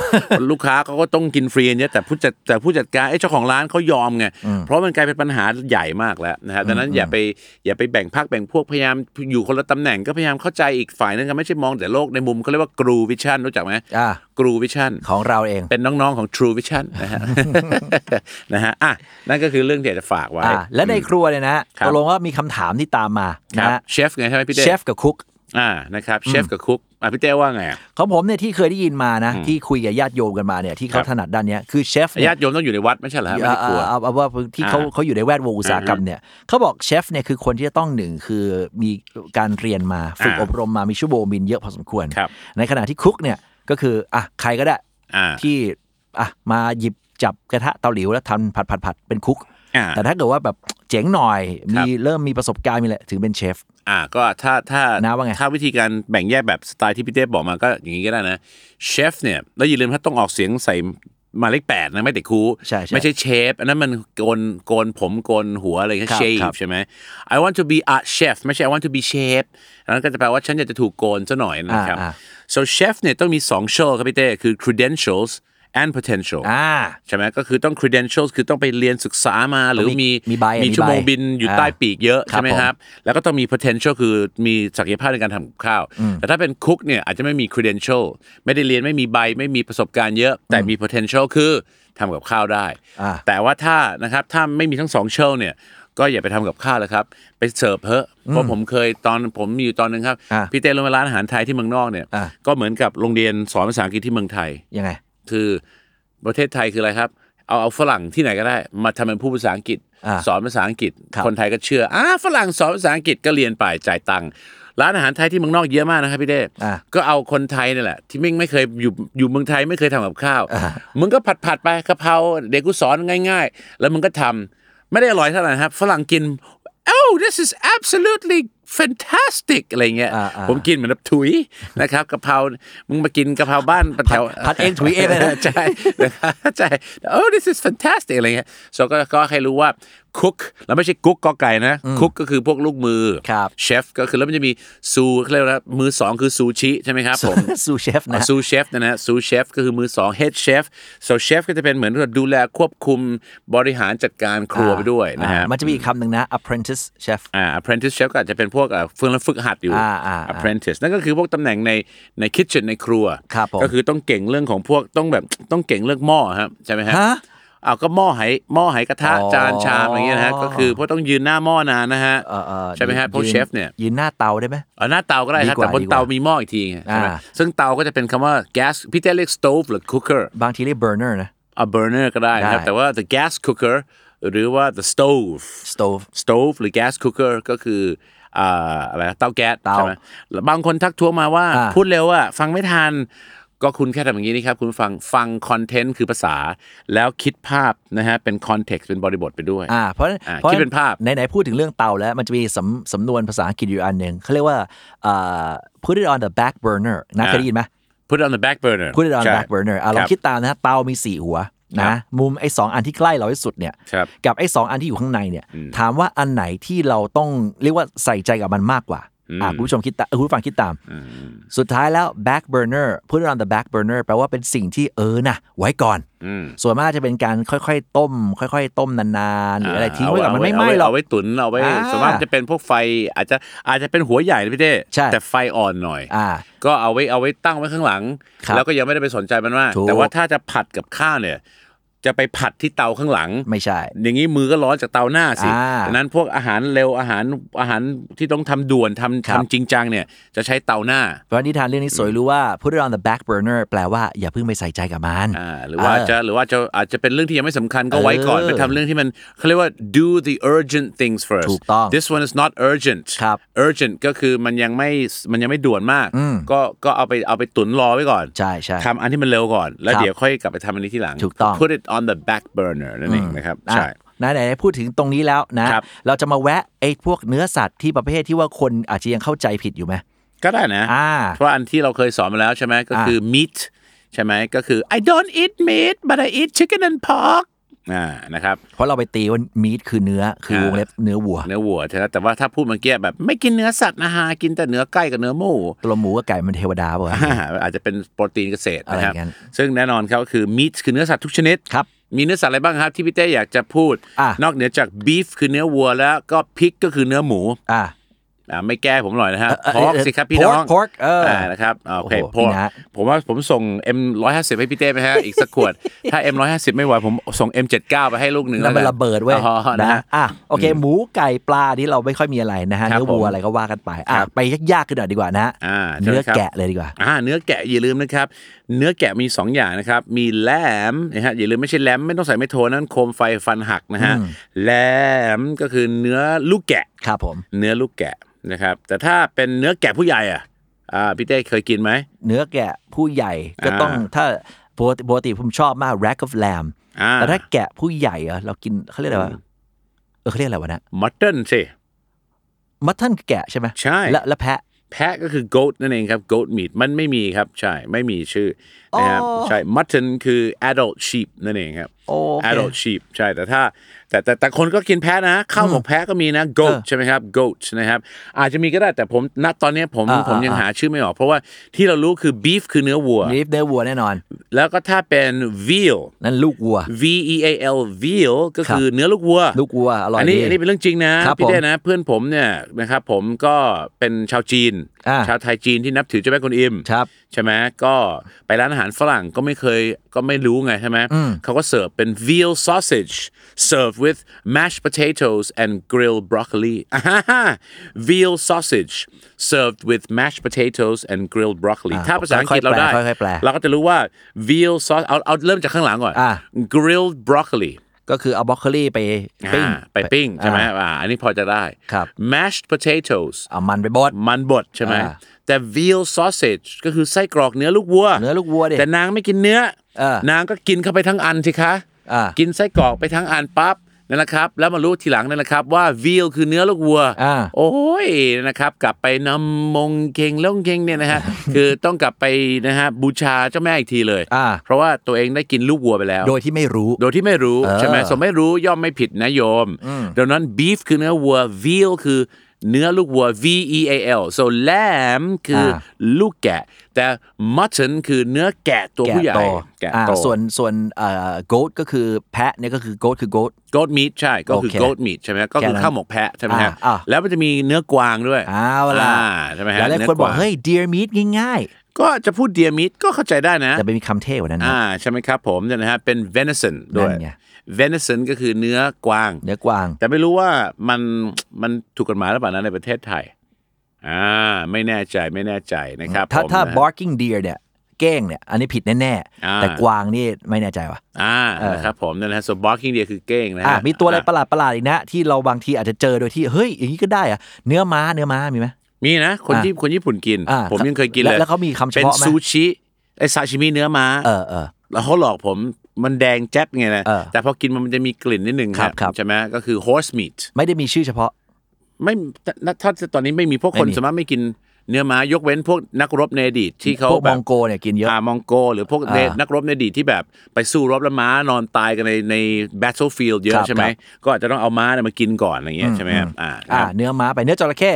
S3: ลูกค้าเขาก็ต้องกินฟรีเนี่ยแต่ผู้จัดแต่ผู้จัดการไอ้เจ้าของร้านเขายอมไงเพราะมันกลายเป็นปัญหาใหญ่มากแล้วนะฮะดังนั้นอย่าไปอย่าไปแบ่งพักแบ่งพวกพยายามอยู่คนละตำแหน่งก็พยายามเข้าใจอีกฝ่ายนึงกันไม่ใช่มองแต่โลกในมุมเขาเรียกว่ากรูวิชั่นรู้จักไหม
S2: อ่าก
S3: รูวิชั่น
S2: ของเราเอง
S3: เป็นน้องๆของ True Vision นะ ฮะ นะฮะอ่ะนั่นก็คือเรื่องที่อยากจะฝากไว้
S2: อ่าและในครัวเนี่ยนะฮะ
S3: ครับ
S2: ตกลงว่ามีคำถามที่ตามมา
S3: ค
S2: นะ
S3: รับ
S2: ฮะ
S3: เชฟไงใช่ไหมพี่เต้
S2: เชฟกับคุก
S3: อ่านะครับเชฟกับคุกอ่ะพี่เต้ว่าไงอ่ะ
S2: ของผมเนี่ยที่เคยได้ยินมานะที่คุยกับญาติโยมกันมาเนี่ยที่เขา
S3: ครับ
S2: ถนัดด้านเนี้ยคือเชฟ
S3: ญา
S2: เนี่ย
S3: ติโยมต้องอยู่ในวัดไม่ใช่เหรอฮะไม่
S2: เอา
S3: ได้กลัว
S2: เอาเอาว่าที่เขา
S3: อ่า
S2: เขาอยู่ในแวดวงอุตสาหกรรมเนี่ยเขาบอกเชฟเนี่ยคือคนที่จะต้องหนึ่งคือมีการเรียนมาฝึกอบรมมามีชั่วโมงบินเยอะพอสมควร
S3: ครับ
S2: ในขณะที่คุกเนี่ย ก็คืออ่ะใครก็ได้
S3: อ่า
S2: ที่อ่ะมาหยิบจับกระทะเตาหลิวแล้วทำผัดผัดผัดเป็นคุก
S3: อ่า
S2: แต่ถ้าเกิดว่าแบบเจ๋งหน่อย
S3: ครับ
S2: มีเริ่มมีประสบการณ์มีอะไรถึงเป็นเชฟ
S3: อ่าก็ถ้าถ้า
S2: น้าว่าไง
S3: ถ้าวิธีการแบ่งแยกแบบสไตล์ที่พี่เต้บอกมาก็อย่างนี้ก็ได้นะเชฟเนี่ยแล้วอย่าลืมถ้าต้องออกเสียงใส่มาเลขแปดนะไม่ติดคู
S2: ใช่ใช่
S3: ไม่ใช่เชฟอันนั้นมันโกนโกนผมโกนหัวอะไร
S2: ครั
S3: แค่
S2: บ
S3: เชฟ
S2: ครับ
S3: ใช่ไหม I want to be a chef ไม่ใช่ I want to be chef อันนั้นก็จะแปลว่าฉันอยากจะถูกโกนซะหน่อยนะ
S2: อ่า
S3: ครับ
S2: อ่า
S3: so chef เนี่ยต้องมีสองโชว์ครับพี่เต้คือ credentials and potential
S2: อ่า
S3: ใช่ไหมก็คือต้อง credentials คือต้องไปเรียนศึกษามา หรือ
S2: มี
S3: มี
S2: มีใบ
S3: มี
S2: มีใบ
S3: ชั่วโมงบินอยู่
S2: อ่า
S3: ใต้ปีกเยอะ
S2: ครับ
S3: ใช่ไหมครับ แล้วก็ต้องมี potential คือมีศักยภาพในการทำกับข้าว แต่ถ้าเป็นคุกเนี่ยอาจจะไม่มี credential ไม่ได้เรียนไม่มีใบไม่มีประสบการณ์เยอะ แต่มี potential คือทำกับข้าวได้
S2: อ่า
S3: แต่ว่าถ้านะครับถ้าไม่มีทั้งสองเชลเนี่ยก็อย่าไปทำกับข้าวเลยครับ ไปเสิร์ฟเพอะเพราะผมเคยตอนผมมีอยู่ตอนหนึงครับ
S2: อ่า
S3: พี่เต้ลงมาร้านอาหารไทยที่เมืองนอกเนี่ย
S2: อ่า
S3: ก็เหมือนกับโรงเรียนสอนภาษาอังกฤษที่เมืองไทย
S2: ยังไง
S3: คือประเทศไทยคืออะไรครับ เอาเอาฝรั่งที่ไหนก็ได้ มาทำเป็นผู้ภาษาอังกฤษ
S2: อ่า
S3: สอนภาษาอังกฤษ
S2: ครับ
S3: คนไทยก็เชื่ออ่าฝรั่งสอนภาษาอังกฤษก็เรียนไปจ่ายตังค์ร้านอาหารไทยที่เมืองนอกเยอะมากนะครับพี่เด้
S2: อ่า
S3: ก็เอาคนไทยนี่แหละ ที่ไม่ไม่เคยอยู่อยู่เมืองไทยไม่เคยทำกับข้าว
S2: อ่า
S3: มึงก็ผัดผัดๆไปกะเพราเด็กกูสอนง่าย ๆ แล้วมึงก็ทำไม่ได้อร่อยเท่าไหร่นะครับฝรั่งกิน oh this is absolutely fantastic อะไรเงี้ย
S2: อ่าอ่า
S3: ผมกินเหมือนแบบถุยนะครับกะเพรามึงมากินก ะเพราบ้านแถว
S2: ผัดเองถุยเองเลยนะ
S3: ใช่ใช่ oh this is fantastic อะไรเงี้ย so ก็ก็ให้รู้ว่าคุกแล้วไม่ใช่กุ๊กกอไก่นะคุกก็คือพวกลูกมือ
S2: ครับ
S3: เชฟก็คือแล้วมันจะมีซูเขาเรียกว่ามือสองคือซูชิใช่ไหม ครับผม
S2: ซูเชฟนะ
S3: ซูเชฟนะฮะซูเชฟก็คือมือสอง head chef so chef ก็จะเป็นเหมือนดูแลควบคุมบริหารจัดการครัวไปด้วยนะฮะ
S2: อ่ามันจะมีอีกคำหนึ่งนะ apprentice chef
S3: อ่า apprentice chef ก็อาจจะเป็นพวกเอ่อฝึกฝึกหัดอยู่
S2: อ่าอ่าอ่า
S3: apprentice นั่นก็คือพวกตำแหน่งในใน kitchen ในครัว
S2: ครับผม
S3: ก็คือต้องเก่งเรื่องของพวกต้องแบบต้องเก่งเรื่องหม้อครับใช่ไหมฮะ
S2: ฮะ
S3: เอาก็หม้อไหหม้อไหกระทะ
S2: อ๋อ
S3: จานชามอะไรเงี้ยนะฮะก็คือเพราะต้องยืนหน้าหม้อนานนะฮะ
S2: เออเออ
S3: ใช่ไหมฮะพวก
S2: ยื
S3: เชฟเนี่ย
S2: ยืนหน้าเตาได้ไหม
S3: เอาหน้าเตาก็ได้ครั
S2: ดี
S3: บ
S2: กว่า
S3: แต่บน
S2: ดีกว่า
S3: เตามีหม้ออีกทีไงใช่ไหม
S2: อ่า
S3: ซึ่งเตาก็จะเป็นคำว่า gas พี่เต้เรียก stove หรือ cooker
S2: บางทีเรียก burner นะ
S3: เอา burner ก็ได้นะครับ
S2: ได้
S3: แต่ว่า the gas cooker หรือว่า the stove
S2: stove
S3: สโตฟหรือ gas cooker ก็คืออ่าอะไรเตาแก๊ส
S2: เตา
S3: ใช่ไหมแล้วบางคนทักท้วงมาว่า
S2: อ่า
S3: พูดเร็วอะฟังไม่ทัน ก็คุณแค่ทำอย่างนี้นี่ครับ คุณฟังฟังคอนเทนต์คือภาษา แล้วคิดภาพนะฮะ เป็นคอนเท็กซ์เป็นบริบทไปด้วย
S2: ่าเพราะ
S3: อ่า
S2: เพราะ
S3: คิดเป็นภาพ
S2: ไหนๆพูดถึงเรื่องเตาแล้วมันจะมีสำสำนวนภาษาอังกฤษอยู่อันหนึ่งเขาเรียกว่าอ่า put it on the back burner นะเคยได้ยินไหม
S3: put it on the back burner
S2: put it on
S3: ใช่
S2: back burner อ่ะลองคิดตามนะเตามีสี่หัว
S3: ครั
S2: นะ
S3: บ
S2: มุมไอ้สองอันที่ใกล้เราที่สุดเนี่ย
S3: ครับ
S2: กับไอ้สองอันที่อยู่ข้างในเนี่ยถามว่าอันไหนที่เราต้องเรียกว่าใส่ใจกับมันมากกว่าอ่ะคุณผู้ชมคิดตามเออคุณผู้ฟังคิดตาม สุดท้ายแล้ว back burner put it on the back burner แปลว่าเป็นสิ่งที่เออนะไว้ก่อน
S3: อืม
S2: ส่วนมากจะเป็นการค่อยๆ ต้ม ค่อยๆ ต้มนานๆหรืออะไรทิ้งไว้ก่อนมันไม่ไหม้หรอก
S3: เอาไว้ตุนเอาไว้
S2: อ่า
S3: ส่วนมากจะเป็นพวกไฟอาจจะอาจจะเป็นหัวใหญ่นะพี่เต้
S2: ใช่
S3: แต่ไฟอ่อนหน่อย
S2: อ่า
S3: ก็เอาไว้เอาไว้ตั้งไว้ข้างหลัง
S2: ครับ
S3: แล้วก็ยังไม่ได้ไปสนใจมันว่าก
S2: ถูก
S3: แต่ว่าถ้าจะผัดกับข้าวเนี่ย จะไปผัดที่เตาข้างหลัง
S2: ไม่ใช่
S3: อย่างนี้มือก็ร้อนจากเตาหน้าสิ
S2: อ่า
S3: ดังนั้นพวกอาหารเร็วอาหารอาหารที่ต้องทำด่วนทำ
S2: ครั
S3: ทำ
S2: บ
S3: จริงจังเนี่ยจะใช้เตาหน้า
S2: เพราะนิทานเรื่องนี้สวยรู้ว่า put it on the back burner แปลว่าอย่าเพิ่งไปใส่ใจกับมัน
S3: อ่าหรือว่า
S2: เออ
S3: จะหรือว่าจะอาจจะเป็นเรื่องที่ยังไม่สำคัญก็
S2: เออ
S3: ไว้ก่อนไปทำเรื่องที่มันเขาเรียกว่า do the urgent things first
S2: ถูกต้อง
S3: this one is not urgent
S2: ครับ
S3: urgent ก็คือมันยังไม่มันยังไม่ด่วนมาก ก็ก็เอาไปเอาไปตุนรอไว้ก่อน
S2: ใช่ใช่
S3: ทำอันที่มันเร็วก่อน แล้ว
S2: ครับ
S3: เดี๋ยวค่อยกลับไปทำอันนี้ที่หลัง
S2: ถูกต้อง
S3: put it on the back burner นั่นเองนะครับ ใช่
S2: อ่ะไหนๆพูดถึงตรงนี้แล้วนะ
S3: ครับ
S2: เราจะมาแวะไอ้พวกเนื้อสัตว์ที่ประเภทที่ว่าคนอาจจะยังเข้าใจผิดอยู่ไหม
S3: ก็ได้นะ
S2: อ่า
S3: เพราะอันที่เราเคยสอนมาแล้วใช่ไหมก็คืออ meat ใช่ไหมก็คือ I don't eat meat but I eat chicken and pork อ่านะครับ
S2: เพราะเราไปตีว่ามีดคือเนื้อคือวงเล็บเนื้อวัว
S3: เนื้อวัวใช่ไหมแต่ว่าถ้าพูดเมื่อกี้แบบไม่กินเนื้อสัตว์นะฮะกินแต่เนื้อไก่กับเนื้อหมู
S2: ตัวหมูกับไก่มันเทวดาป่ะ
S3: อาจจะเป็นโปรตีนเกษตร
S2: อะไร
S3: นะ
S2: อ
S3: ค
S2: ย่าง
S3: รับ
S2: นั้น
S3: ซึ่งแน่นอนครับก็คือ meat คือเนื้อสัตว์ทุกชนิด
S2: ครับ
S3: มีเนื้อสัตว์อะไรบ้างครับที่พี่เต้อยากจะพูด
S2: อ่ะ
S3: นอกเหนือจาก beef คือเนื้อวัวแล้วก็ pig ก็คือเนื้อหมู
S2: อ่ะ
S3: อ่าไม่แก้ผมหน่อยนะฮะ
S2: เอ่อ
S3: พอก
S2: เอ่อ
S3: สิครับพี่
S2: pork
S3: น้อง
S2: pork เอออ่
S3: นะครับอ่าโอเค
S2: โอ้โห
S3: พอ
S2: พี่นะ
S3: ผมว่าผมส่ง M 150ให้พี่เต้ไปฮะ อีกสักขวด ถ้า M 150ไม่ไหวผมส่ง M 79ไปให้ลูกหนึ่ง
S2: นั่นมัน
S3: แล้วกั
S2: ระเบิดเว้ย
S3: อ๋อนะฮะ
S2: อ่ะโอเค หมูไก่ปลาที่เราไม่ค่อยมีอะไรนะฮะ
S3: ครับ
S2: เนื้อวัว
S3: ผม
S2: อะไรก็ว่ากันไปอ่ะ
S3: ครับ
S2: ไปยากๆขึ้นหน่อยดีกว่านะ
S3: อ่าเชิญ
S2: เนื้อ
S3: ครับ
S2: แกะเลยดีกว่า
S3: อ่าเนื้อแกะอย่าลืมนะครับ เนื้อแกะมี 2 อย่างนะครับ มีแหลมนะฮะอย่าลืมไม่ใช่แหลมไม่ต้องใส่ไม่โทนั่นโคมไฟฟันหักนะฮะแหลมก็คือเนื้อลูกแกะ
S2: ครับผม
S3: เนื้อลูกแกะนะครับ แต่ถ้าเป็นเนื้อแกะผู้ใหญ่อ่ะ อ่าพี่เต้เคยกินไหม
S2: เนื้อแกะผู้ใหญ่ก็ต้อง
S3: อ่า
S2: ถ้าปกติปกติผมชอบมาก rack of lamb
S3: อ่า
S2: แต่ถ้าแกะผู้ใหญ่อะเรากินเขาเรียกอะไรวะเออเขาเรียกอะไรวะนะ
S3: มัตเต้นสิ
S2: มัทเทนแกะใช่ไหม
S3: ใช่
S2: และและแพะ
S3: แพะก็คือ goat นั่นเองครับ goat meat มันไม่มีครับ ใช่ ไม่มีชื่อนะครับ
S2: อ๋อ
S3: ใช่ mutton คือ adult sheep นั่นเองครับ
S2: โอเค
S3: adult sheep ใช่แต่ถ้าแต่แต่แต่คนก็กินแพะนะข้าวหมกแพะก็มีนะ goat ใช่ไหมครับ goat นะครับ อาจจะมีก็ได้แต่ผมณตอนเนี้ยผม
S2: อ่า
S3: ผมยัง
S2: อ่า
S3: หาชื่อไม่ออก เพราะว่าที่เรารู้คือ beef คือเนื้อวัว
S2: ลีฟเนื้อวัวแน่นอน
S3: แล้วก็ถ้าเป็น veal
S2: นั่นลูกวัว
S3: V E A L veal ก็คือเนื้อลูกวัว
S2: ลูกวัวอร่อย
S3: อันนี้
S2: ดี
S3: อันนี้เป็นเรื่องจริงนะครับ พี่เต้
S2: ผม
S3: นะเพื่อนผมเนี่ยนะครับผมก็เป็นชาวจีน
S2: อ่า
S3: ชาวไทยจีนที่นับถือเจ้าแม่กวนอิม
S2: ครับ
S3: ใช่ไหมก็ไปร้านอาหารฝรั่งก็ไม่เคยก็ไม่รู้ไงใช่ไหมเขาก็เสิร์ฟเป็น veal sausage served with mashed potatoes and grilled broccoli อ่าฮ่าฮ่า veal sausage served with mashed potatoes and grilled broccoli
S2: อ่า
S3: ถ้าภาษาอังกฤษเราได้
S2: ค่อยๆแปล
S3: เราก็จะรู้ว่า veal sausage เอาเอาเริ่มจากข้างหลังก่อน
S2: อ่า
S3: grilled broccoli
S2: ก็คือเอาบล็อกเคอรี่ไปปิ้ง
S3: อ่าไปปิ้งใช่ไหมอ่าอันนี้พอจะได้
S2: ครับ
S3: mashed potatoes
S2: เอามันไปบด
S3: มันบดใช่ไหม
S2: อ่า
S3: แต่ veal sausage ก็คือไส้กรอกเนื้อลูกวัว
S2: เนื้อลูกวัวดิ
S3: แต่นางไม่กินเนื้อ
S2: เออน
S3: างก็กินเข้าไปทั้งอันสิคะ
S2: อ่ากิ
S3: กินไส้กรอกไปทั้งอันปั๊บนั่นแหละครับ แล้วมารู้ทีหลังนั่นแหละครับว่า veal คือเนื้อลูกวัว
S2: อ่า
S3: โอ้ยนะครับ กลับไปนำมงเกงล่องเกงเนี่ยนะ ฮะ คือต้องกลับไปนะฮะบูชาเจ้าแม่อีกทีเลย
S2: อ่า
S3: เพราะว่าตัวเองได้กินลูกวัวไปแล้ว
S2: โดยที่ไม่รู้
S3: โดยที่ไม่รู้
S2: เออ
S3: ใช่ไหมสมไม่รู้ย่อมไม่ผิดนะโยม ดังนั้น beef คือเนื้อวัว veal คือเนื้อลูกวัว V E A L so lamb คืออา ลูกแกะ แต่ mutton คือเนื้อแกะตัว
S2: แกะ
S3: ผู้ใหญ่
S2: โต
S3: แกะ
S2: อ่า
S3: โต
S2: ส่วนส่วนเอ่อ goat ก็คือแพะเนี่ยก็คือ goat คือ goat
S3: goat meat ใช่ ก็คือ
S2: โอเค
S3: goat meat ใช่ไหมก็คือ
S2: แกะนั้น
S3: ข้าวหมกแพะใช่ไหมฮะ
S2: อ่าอ่า
S3: แล้วมันจะมีเนื้อกวางด้วย
S2: อ้าวล่ะ
S3: ใช่ไหมฮะ
S2: แล้วหลาย
S3: นื้
S2: คนบอก
S3: วาง
S2: เฮ้ย deer meat ง่าย
S3: ก็จะพูด deer meat ก็เข้าใจได้นะ
S2: ๆ แต่ไปมีคำเท่กว่านั้นนะ
S3: อ่าใช่ไหมครับผมเนี่ยนะฮะเป็น venison ด้วย
S2: นั่นไง
S3: venison ก็คือเนื้อกวาง
S2: เนื้อกวาง
S3: แต่ไม่รู้ว่ามันมันถูกกฎหมายหรือเปล่านะในประเทศไทย อ่า ไม่แน่ใจไม่แน่ใจนะครับ
S2: ถ้า
S3: ผม
S2: ถ้า
S3: นะฮะ
S2: barking deer เนี่ยเก้งเนี่ย อันนี้ผิดแน่
S3: อ่า
S2: ๆ แต่กวางนี่ไม่แน่ใจว่ะ
S3: อ่านะครับผมนั่นนะฮะ so barking deer คือเก้งนะ
S2: อ่ะ
S3: ฮะ
S2: มีตัวอะไรประหลาดประหลาดๆอีกนะ ที่เราบางทีอาจจะเจอโดยที่เฮ้ยอย่างนี้ก็ได้อะเนื้อม้าเนื้อม้ามีไหม
S3: มีนะ คน
S2: อ่ะ
S3: ที่คนญี่ปุ่นกิน
S2: อ่า
S3: ผมยังเคยกินเลย
S2: แล้วแล้วเขามีคำเฉ
S3: เป็น
S2: พาะไหม
S3: ซูชิไอซาชิมิเนื้อม้า
S2: เออเออ
S3: แล้วเขาหลอกผมมันแดงแจ๊บไงนะ
S2: เออ
S3: แต่พอกินมันจะมีกลิ่นนิดหนึ่ง
S2: ครับครับ
S3: ใช่ไหมก็คือ horse meat
S2: ไม่ได้มีชื่อเฉพาะ
S3: ไม่ถ้าถ้าตอนนี้ไม่มีพวกคน
S2: ไม่มี
S3: สามารถไม่กินเนื้อม้ายกเว้นพวกนักรบในอดีตที่เขา
S2: พวก
S3: แบ
S2: ม
S3: บ
S2: องโกเนี่ยกินเยอะ
S3: อ่ามองโก หรือพวก
S2: อ่า
S3: เนนักรบในอดีตที่แบบไปสู้รบแล้วม้านอนตายกันในใน battlefield เย
S2: ครั
S3: อะ
S2: บ
S3: ใช่ไหม
S2: ครับ
S3: ก็อาจจะต้องเอาม้าเนี่ยมากินก่อนอะไรเงี้ยใช่ไหมครับอ่า
S2: อ่า
S3: ครับ
S2: เนื้อม้าไปเนื้อจระเข้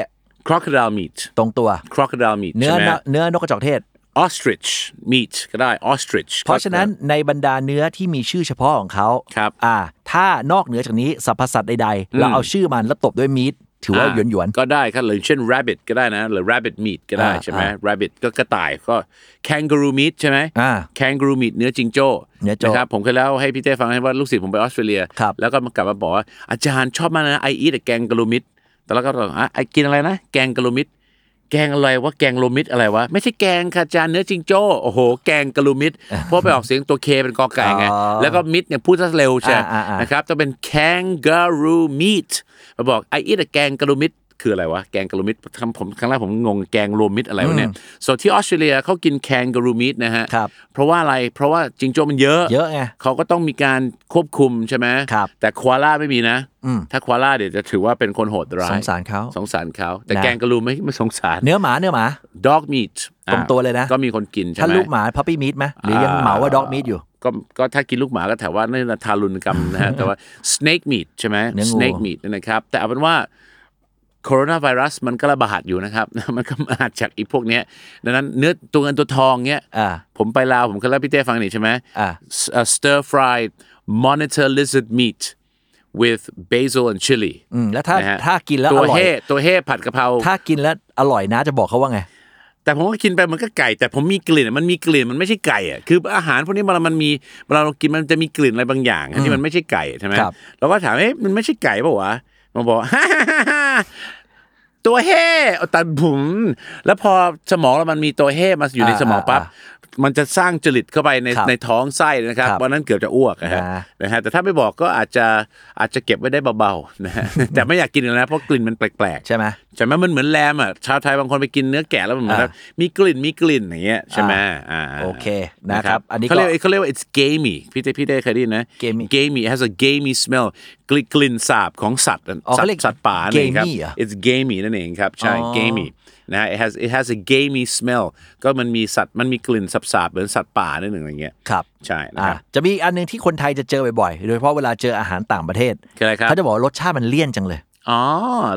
S3: crocodile meat
S2: ตรงตัว
S3: crocodile meat
S2: เนื้อ
S3: ใช่ไหม
S2: นเนื้อนกกระจอกเทศ
S3: ostrich meat ก็ได้ ostrich
S2: เพราะฉะนั้นในบรรดาเนื้อที่มีชื่อเฉพาะของเขา
S3: ครับ
S2: อ่า ถ้านอกเหนือจากนี้สรรพสัตว์ใดๆ เราเอาชื่อมันแล้วตบด้วยมีดถือว่าหยวนหยวน
S3: ก็ได้ครับหรือเช่น rabbit ก็ได้นะ หรือ rabbit meat ก็ได้
S2: อ่า
S3: ใช่ไหม
S2: อ่า
S3: rabbit ก็กระต่ายก็ kangaroo meat ใช่ไหม
S2: อ่า
S3: kangaroo meat เนื้อจิงโจ้
S2: เนื้อโจ้
S3: นะครับผมเคยเล่าให้พี่เต้ฟังให้ว่าลูกศิษย์ผมไปออสเตรเลีย
S2: ครับ
S3: แล้วก็มากลับมาบอกว่าอาจารย์ชอบมากนะ I eat a kangaroo meat แต่แล้วก็บอกอ่ะไอกินอะไรนะ แกงกะโลมิดแกงอะไรวะแกงโลมิดอะไรวะ ไม่ใช่แกงค่ะอาจารย์เนื้อจิงโจ้โอ้โห แกงกะโลมิดเพราะไปออกเสียงตัวเคเป็นกอไก่ไง
S2: อ๋อ
S3: แล้วก็มิดเนี่ยพูดซะเร็วใช่
S2: อ่าอ่าอ่าน
S3: นะครับต้องเป็น kangaroo meat มาบอก I eat a แกงกะโลมิดคืออะไรวะ แกงกะโลมิดคำผมครั้งแรกผมงงแกงโลมิดอะไรวะเนี่ยส่วนที่ออสเตรเลียเขากิน kangaroo meat นะฮะ
S2: ครับ
S3: เพราะว่าอะไร เพราะว่าจิงโจ้มันเยอะ
S2: เยอะไง
S3: เขาก็ต้องมีการควบคุมใช่ไหม
S2: ครับ
S3: แต่ควาล่าไม่มีนะ
S2: อืม
S3: ถ้าควาล่าเดี๋ยวจะถือว่าเป็นคนโหดร้าย
S2: สงสารเขา
S3: สงสารเขา แต่
S2: นะ
S3: แกงกะลูไม่ไม่สงสาร
S2: เนื้อหมาเนื้อหมา
S3: dog meat อ่ะ
S2: ตรงตัวเลยนะ
S3: ก็มีคนกินใช่
S2: ถ้า
S3: ไหม
S2: ลูกหมาพั p ปี้มีดไหมหรือยังเหมาว่าด็อกมีดอยู่
S3: ก็ก็ถ้ากินลูกหมาก็ถือว่านี่นทารุณกรรมนะ ฮะ แต่ว่า snake meat ใช่ไหม
S2: เนื้องู
S3: snake meat เนี่ยนะครับ แต่เอาเป็นว่าโคโรนาไวรัสมันก็ระบาดอยู่นะครับ มันก็มาจากไอีพวกเนี้ยดังนั้นเนื้อตัวเงินตัวทองเนี้ย
S2: อ่า
S3: ผมไปลาวผมเคยเล่าให้พี่เต้ฟังนี่ใช่ไหม
S2: อ่า
S3: S- uh, stir fried monitor lizard meat with basil and chili
S2: อืมแล้วถ้า
S3: นะฮะ
S2: ถ้ากินแล้ว
S3: ตั
S2: อ
S3: ว
S2: ร่อย
S3: เฮ่ตัวเฮ่ผัดกะเพรา
S2: ถ้ากินแล้วอร่อยนะจะบอกเขาว่าไง
S3: แต่ผมก็กินไปมันก็ไก่ แต่ผมมีกลิ่นมันมีกลิ่นมันไม่ใช่ไก่อ่ะคืออาหารพวกนี้เวลามันมีเวลาเรากินมันจะมีกลิ่นอะไรบางอย่างที่มันไม่ใช่ไก่ใช่ไหม
S2: ครับ
S3: เราก็ถามเอ๊ะมันไม่ใช่ไก่เปล่าวะมันบอก ตัวเฮ่เอาแต่ผมแล้วพอสมองเรามันมีตัวเฮ่มาอยู่ในสมองปั๊บ มันจะสร้างจริตเข้าไปใน
S2: ครับ
S3: ในท้องไส้นะครับ
S2: ครับ
S3: วันนั้นเกือบจะอ้วกนะฮะ
S2: อ่า
S3: นะฮะแต่ถ้าไม่บอกก็อาจจะอาจจะเก็บไว้ได้เบาๆนะ ฮะ แต่ไม่อยากกินอีกแล้วนะเพราะกลิ่นมันแปลกๆ
S2: ใช่ไหม
S3: ใช่ไหมมันเหมือนแรมอ่ะชาวไทยบางคนไปกินเนื้อแกะแล้วมันเหมือน
S2: อ่า
S3: แบบมีกลิ่นมีกลิ่นอย่างเงี้ยใช่ไหมอ่า
S2: โอเคนะครับอันนี้ก็
S3: เขาเรียกเขาเรียกว่า it's gamey พี่เต้พี่เต้เคยได้ยินนะ
S2: gamey
S3: gamey it has a gamey smell กลิ่นกลิ่นสาบของสัตว์
S2: อ๋อ
S3: สัต
S2: เขาเรียก
S3: ว์สัตว์ป่านั่นเองครับ
S2: gamey เหรอ
S3: it's gamey นั่นเองครับใช่
S2: อ๋อ
S3: gamey นะฮะ it has it has a gamey smell ก็มันมีสัตว์มันมีกลิ่นสาบๆเหมือนสัตว์ป่านั่นเองอะไรเงี้ย
S2: ครับ
S3: ใช่นะ
S2: อ่า
S3: ครับ
S2: จะมีอันหนึงที่คนไทยจะเจอบ่อยๆ โดยเฉพาะเวลาเจออาหารต่างประเทศ
S3: คืออะไรครับ
S2: เขาจะบอกว่ารสชาติมันเลี่ยนจังเลย
S3: อ๋อ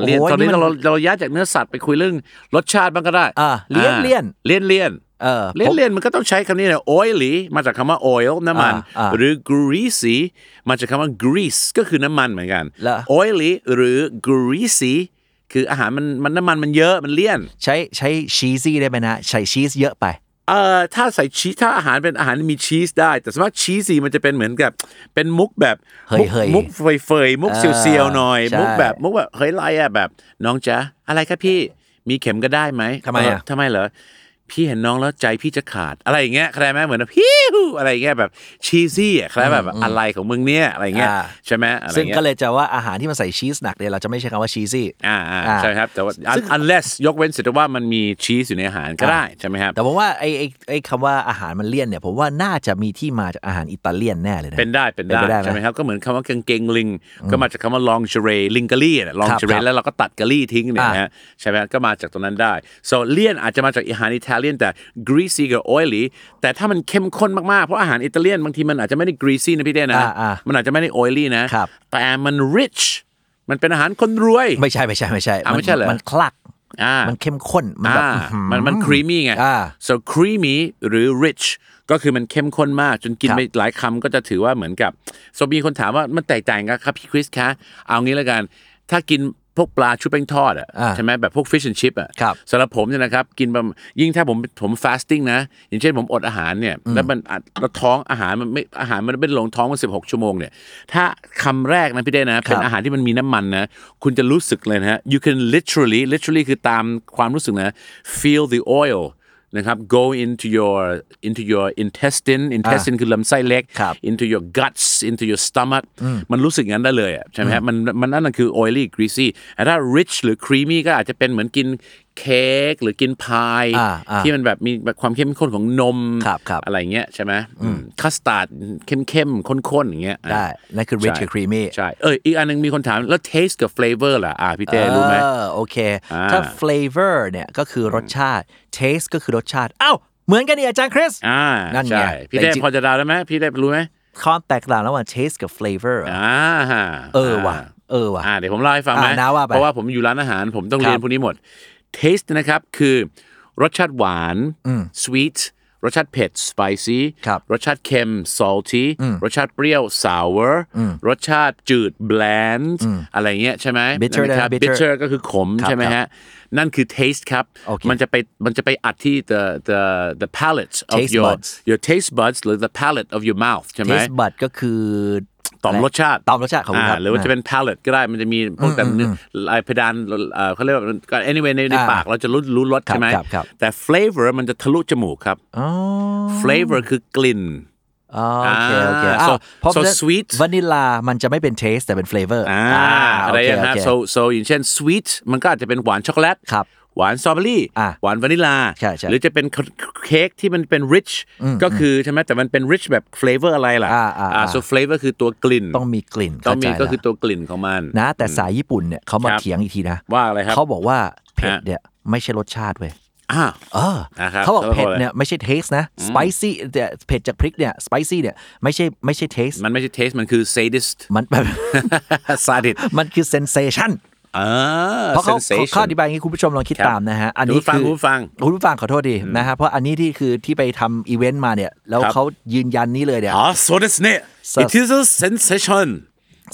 S3: เลียน
S2: โอ้ย
S3: ตอนนี้
S2: นี่มัน
S3: เราเราย้ายจากเนื้อสัตว์ไปคุยเรื่องรสชาติบ้างก็ได้
S2: อ่าเลี่ยนเลี่ยน
S3: เลี่ยนเลี่ยน
S2: เออ
S3: เลี่ย
S2: ผ
S3: น
S2: ม
S3: เลี่ยนมันก็ต้องใช้คำนี้นะ oily มาจากคำว่า oil น้ำมัน
S2: อ่าอ่า
S3: หรือ greasy มาจากคำว่า grease ก็คือน้ำมันเหมือนกัน
S2: เหรอ
S3: oily หรือ greasy คืออาหารมันมันน้ำมันมันเยอะมันเลี่ยน
S2: ใช้ใช้ชีซี่ได้ไหมนะ ใช้ชีสเยอะไป
S3: เอ่อถ้าใส่ชีสถ้าอาหารเป็นอาหารมีชีสได้ แต่สมมติชีสีมันจะเป็นเหมือนกับ เป็นมุกแบบ
S2: เฮ้ย
S3: มุก
S2: เฮ้ย
S3: มุกเฟยเฟยๆมุก
S2: เออ
S3: เซียวเซียวๆหน่อย
S2: ใช่
S3: มุกแบบมุกแบบเฮ้ยไรอะแบบ น้องจ๊ะอะไรครับพี่มีเข็มก็ได้ไหม
S2: ทำไมอะ
S3: เทำไมเหรอพี่เห็นน้องแล้วใจพี่จะขาดอะไรอย่างเงี้ยใครไหมเหมือนพี่ อะไรอย่างเงี้ยแบบชีซี่อะใครแบบอะไรของมึงเนี่ยอะไรอย่างเงี้ยใช่ไหมอะไรอ
S2: ซึ่ง
S3: ย่างเงี้
S2: ก็
S3: ย
S2: เลยจะว่าอาหารที่มันใส่ชีสหนักเนี่ยเราจะไม่ใช้คำว่าชีซี่
S3: อ่า
S2: อ่า
S3: อ่าใช่ครับแต่ว่า unless ยกเว้นเสียแต่ว่ามันมีชีสอยู่ในอาหารก็ได้ใช่ไหมครับ
S2: แต่ผมว่าไอ้ไอ้ไอ้คำว่าอาหารมันเลี่ยนเนี่ยผมว่าน่าจะมีที่มาจากอาหารอิตาเลียนแน่เลยนะ
S3: เป็นได้เป็น
S2: เป็นไปได้ไหม
S3: ได้ใช่ไหมครับก็เหมือนคำว่ากางเกงลิง ก็มาจากคำว่าลองเชเรลิงกะลี่ลองเชเร
S2: ครับ
S3: แล้วเราก็ตัดกะลี่ทิ้งเนี่ย
S2: อ่ะ
S3: นะฮะใช่ไหมก็มาจากตรงนั้นได้ so เลี่ยนอาจจะมาจากอาหารอิตาเลียนแต่ greasy กับ oily แต่ถ้ามันเข้มข้นมาก ๆ เพราะอาหารอิตาเลียนบางทีมันอาจจะไม่ได้ greasy นะพี่เต้นะ
S2: อ่ะอ่ะ
S3: มันอาจจะไม่ได้ oily นะครับ แต่มัน rich มันเป็นอาหารคนรวย
S2: ไม่ใช่ไม่ใช่ไม่ใช่
S3: อ่ะไม่ใช่เหรอ
S2: มันคลัก
S3: อ่ามั
S2: มันเข้มข้นมันแบบ
S3: อ่า
S2: อื้อหือ
S3: มันมันครีม m ี่ไง
S2: อ่า
S3: so creamy หรือ rich ก็คือมันเข้มข้นมาก จนกิน
S2: ครับ
S3: ไปหลายคำก็จะถือว่าเหมือนกับสมีคนถามว่ามันแตกต่างกันครับพี่คริสคะ เอางี้แล้วกัน ถ้ากินพวกปลาชุบแป้งทอดอ่ะ
S2: อ่า
S3: ใช่ไหมแบบพวก fish and chip อ่ะ
S2: ครับ
S3: สำหรับผมเนี่ยนะครับ กินประมาณยิ่งถ้าผมผม fasting นะ อย่างเช่นผมอดอาหารเนี่ย แล้วมันอัดแล้วท้องอาหารมันไม่อาหารมันไม่ได้ลงท้องมันสิบหกชั่วโมงเนี่ยถ้าคำแรกนะพี่เด้นะเป็
S2: ค
S3: น
S2: รับ
S3: อาหารที่มันมีน้ำมันนะ คุณจะรู้สึกเลยนะฮะ you can literally literally คือตามความรู้สึกนะ feel the oil นะครับ go into your into your intestine intestine คือลำไส้เล็ก
S2: ครับ
S3: into your guts into your stomach มันรู้สึกงั้นได้เลยอะใช่ไหมฮะมันมันนั่นนะคือ oily greasy แต่ถ้า rich หรือ creamy ก็อาจจะเป็นเหมือนกินเค้กหรือกินพาย
S2: อ่าอ่า
S3: ที่มันแบบมีแบบความเข้มข้นของนม
S2: ครับครับ
S3: อะไรเงี้ยใช่ไหมคัสตาร์ดเข้มๆข้นๆอย่างเงี้ย
S2: ได้นั่นคือ rich
S3: ใช่
S2: กับ creamy
S3: ใช่ เอออีกอันหนึงมีคนถาม แล้ว taste กับ flavor ล่ะ อ่าพี่เต้
S2: เอ
S3: รู้ไหม
S2: อโอเค
S3: อ่า
S2: ถ้า flavor เนี่ยก็คือรสชาติ taste ก็คือรสชาติ เอ้า เหมือนกันดิอาจารย์คริส
S3: อ่า
S2: นั่นไง
S3: ใช่พี่
S2: แต่
S3: เต้
S2: จริง
S3: พอจะเดาได้ไหมพี่เต้รู้ไหม
S2: ความแตกต่างระหว่าง taste กับ flavor อะ
S3: อ่าฮะ
S2: เออว่ะ เออว่ะ
S3: อ่าเดี๋ยวผมเล่าให้ฟังไหม
S2: อ่านะว่าไป
S3: เพราะว่าผมอยู่ร้านอาหารผมต้อง
S2: ครับ
S3: เรียนพวกนี้หมด taste นะครับคือรสชาติหวาน sweet รสชาติเผ็ด spicy
S2: ครับ
S3: รสชาติเค็ม salty รสชาติเปรี้ยว sour รสชาติจืด bland อะไรเงี้ยใช่ไหม
S2: bitter
S3: นะครับ
S2: นะ bitter
S3: bitter ก็คือขม
S2: ครับ
S3: ใช่ไหม
S2: ครับ
S3: ฮะ นั่นคือ taste ครับ
S2: โอเค
S3: มันจะไป มันจะไปอัดที่ the the the palate of
S2: Taste
S3: your
S2: buds
S3: your taste buds หรือ the palate of your mouth ใช่ไหม
S2: taste bud ก็คือ
S3: ต่อมรสชาติ
S2: ต่อมรสชาติของคุณครั
S3: า
S2: บ
S3: หรือว่าจะเป็น palate ก็ได้ มันจะมีพวกแต่เนื้อลายเพดานเอ่อเขาเรียกว่า anyway ในใน
S2: อ่า
S3: ปากเราจะรู้รู้รส
S2: ครับ
S3: ใช่ไหม
S2: ครับครับ
S3: แต่ flavor มันจะทะลุจมูกครับ
S2: อ๋อ
S3: flavor คือกลิ่น
S2: อ๋อโอเคโอเค
S3: อ่า
S2: อ้าว
S3: so-
S2: เพราะ
S3: so sweet
S2: วานิลามันจะไม่เป็น taste แต่เป็น flavor
S3: อ่า
S2: า
S3: อะไรอย่างนั้น
S2: โอเค
S3: so so อย่างเช่น sweet มันก็อาจจะเป็นหวานช็อกโกแลต
S2: ครับ
S3: หวานสตรอเบอรี่
S2: อ่ะ
S3: หวานวานิลลา
S2: ใช่ใช่
S3: หรือจะเป็นเค้กที่มันเป็น rich ก็คือใช่ไหมแต่มันเป็น rich แบบ flavor อะไรล่ะ
S2: อ่าอ่า
S3: อ่า
S2: อ่า
S3: so flavor คือตัวกลิ่น
S2: ต้องมีกลิ่น
S3: ต้อ
S2: เข้างใจ
S3: มีก็
S2: ละ
S3: คือตัวกลิ่นของมัน
S2: นะแต่สายญี่ปุ่นเนี่ยเขามา
S3: ครับ
S2: เถียงอีกทีนะ
S3: ว่าอะไรครับ
S2: เขาบอกว่าเผ็ด
S3: ฮะ
S2: เนี่ยไม่ใช่รสชาติเว้ย
S3: อ่า
S2: เออ
S3: นะครับ
S2: เขาบอกเผ็ด
S3: เขาบอกอะไร
S2: เนี่ยไม่ใช่ taste นะ spicy เนี่ยเผ็ดจากพริกเนี่ย spicy เนี่ยไม่ใช่ไม่ใช่ taste
S3: มันไม่ใช่ taste มันคือ sadist
S2: มันแบบ
S3: ซาดิส
S2: มันคือ sensation
S3: เออ
S2: เพราะเขา
S3: sensation
S2: เขาอธิบายอย่างนี้คุณผู้ชมลองคิด
S3: ครับ
S2: ตามนะฮะอันนี้
S3: คุณผู้ฟัง
S2: คือ
S3: คุณ
S2: คุณ
S3: ผู้ฟัง
S2: ผู้ฟังขอโทษดีนะฮะเพราะอันนี้ที่คือที่ไปทำอีเวนต์มาเนี่ยแล้ว
S3: ครับ
S2: เขายืนยันนี้เลยเนี่ย
S3: อ๋อ so ですね
S2: Sa-
S3: it is a sensation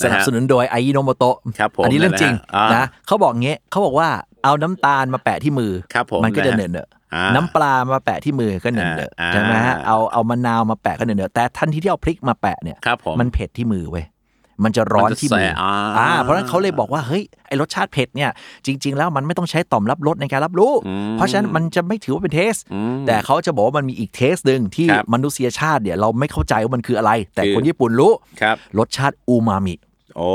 S2: สนับสนุนโดยไอ n โนโมโตะ
S3: ครับผม
S2: อันี้เรื่องจริง
S3: อ่าน
S2: นะเขาบอกเงี้ยเขาบอกว่าเอาน้ำตาลมาแปะที่มือ
S3: ครับผม
S2: นก็จะ
S3: นะ
S2: เหน
S3: ฮะ
S2: อะเนอะ
S3: อ่า
S2: น้ำปลามาแปะที่มือก็เหนอะเนอะ
S3: อ่า
S2: ใช่ไหมฮะ
S3: อ่า
S2: เอาเอามะนาวมาแปะก็เหนอะเนอะแต่ทันทีที่เอาพริกมาแปะเนี่ย
S3: ครับผม
S2: มันเผ็ดที่มือเว้ย มันจะร้อนที่มื
S3: มัน
S2: อ
S3: จะแสบอ่า
S2: อ่าเพราะฉะนั้นเขาเลยบอกว่าเฮ้ยไอรสชาติเผ็ดเนี่ยจริง ๆ แล้วมันไม่ต้องใช้ต่อมรับรสในการรับรู้ เพราะฉะนั้นมันจะไม่ถือว่าเป็นเทส แต่เขาจะบอกว่ามันมีอีกเทสหนึ่งที่
S3: ครับ
S2: มนุษยชาติเนี่ยเราไม่เข้าใจว่ามันคืออะไร แต่
S3: คือ
S2: คนญี่ปุ่นรู้
S3: ครับ
S2: รสชาติอูมามิ
S3: โอ้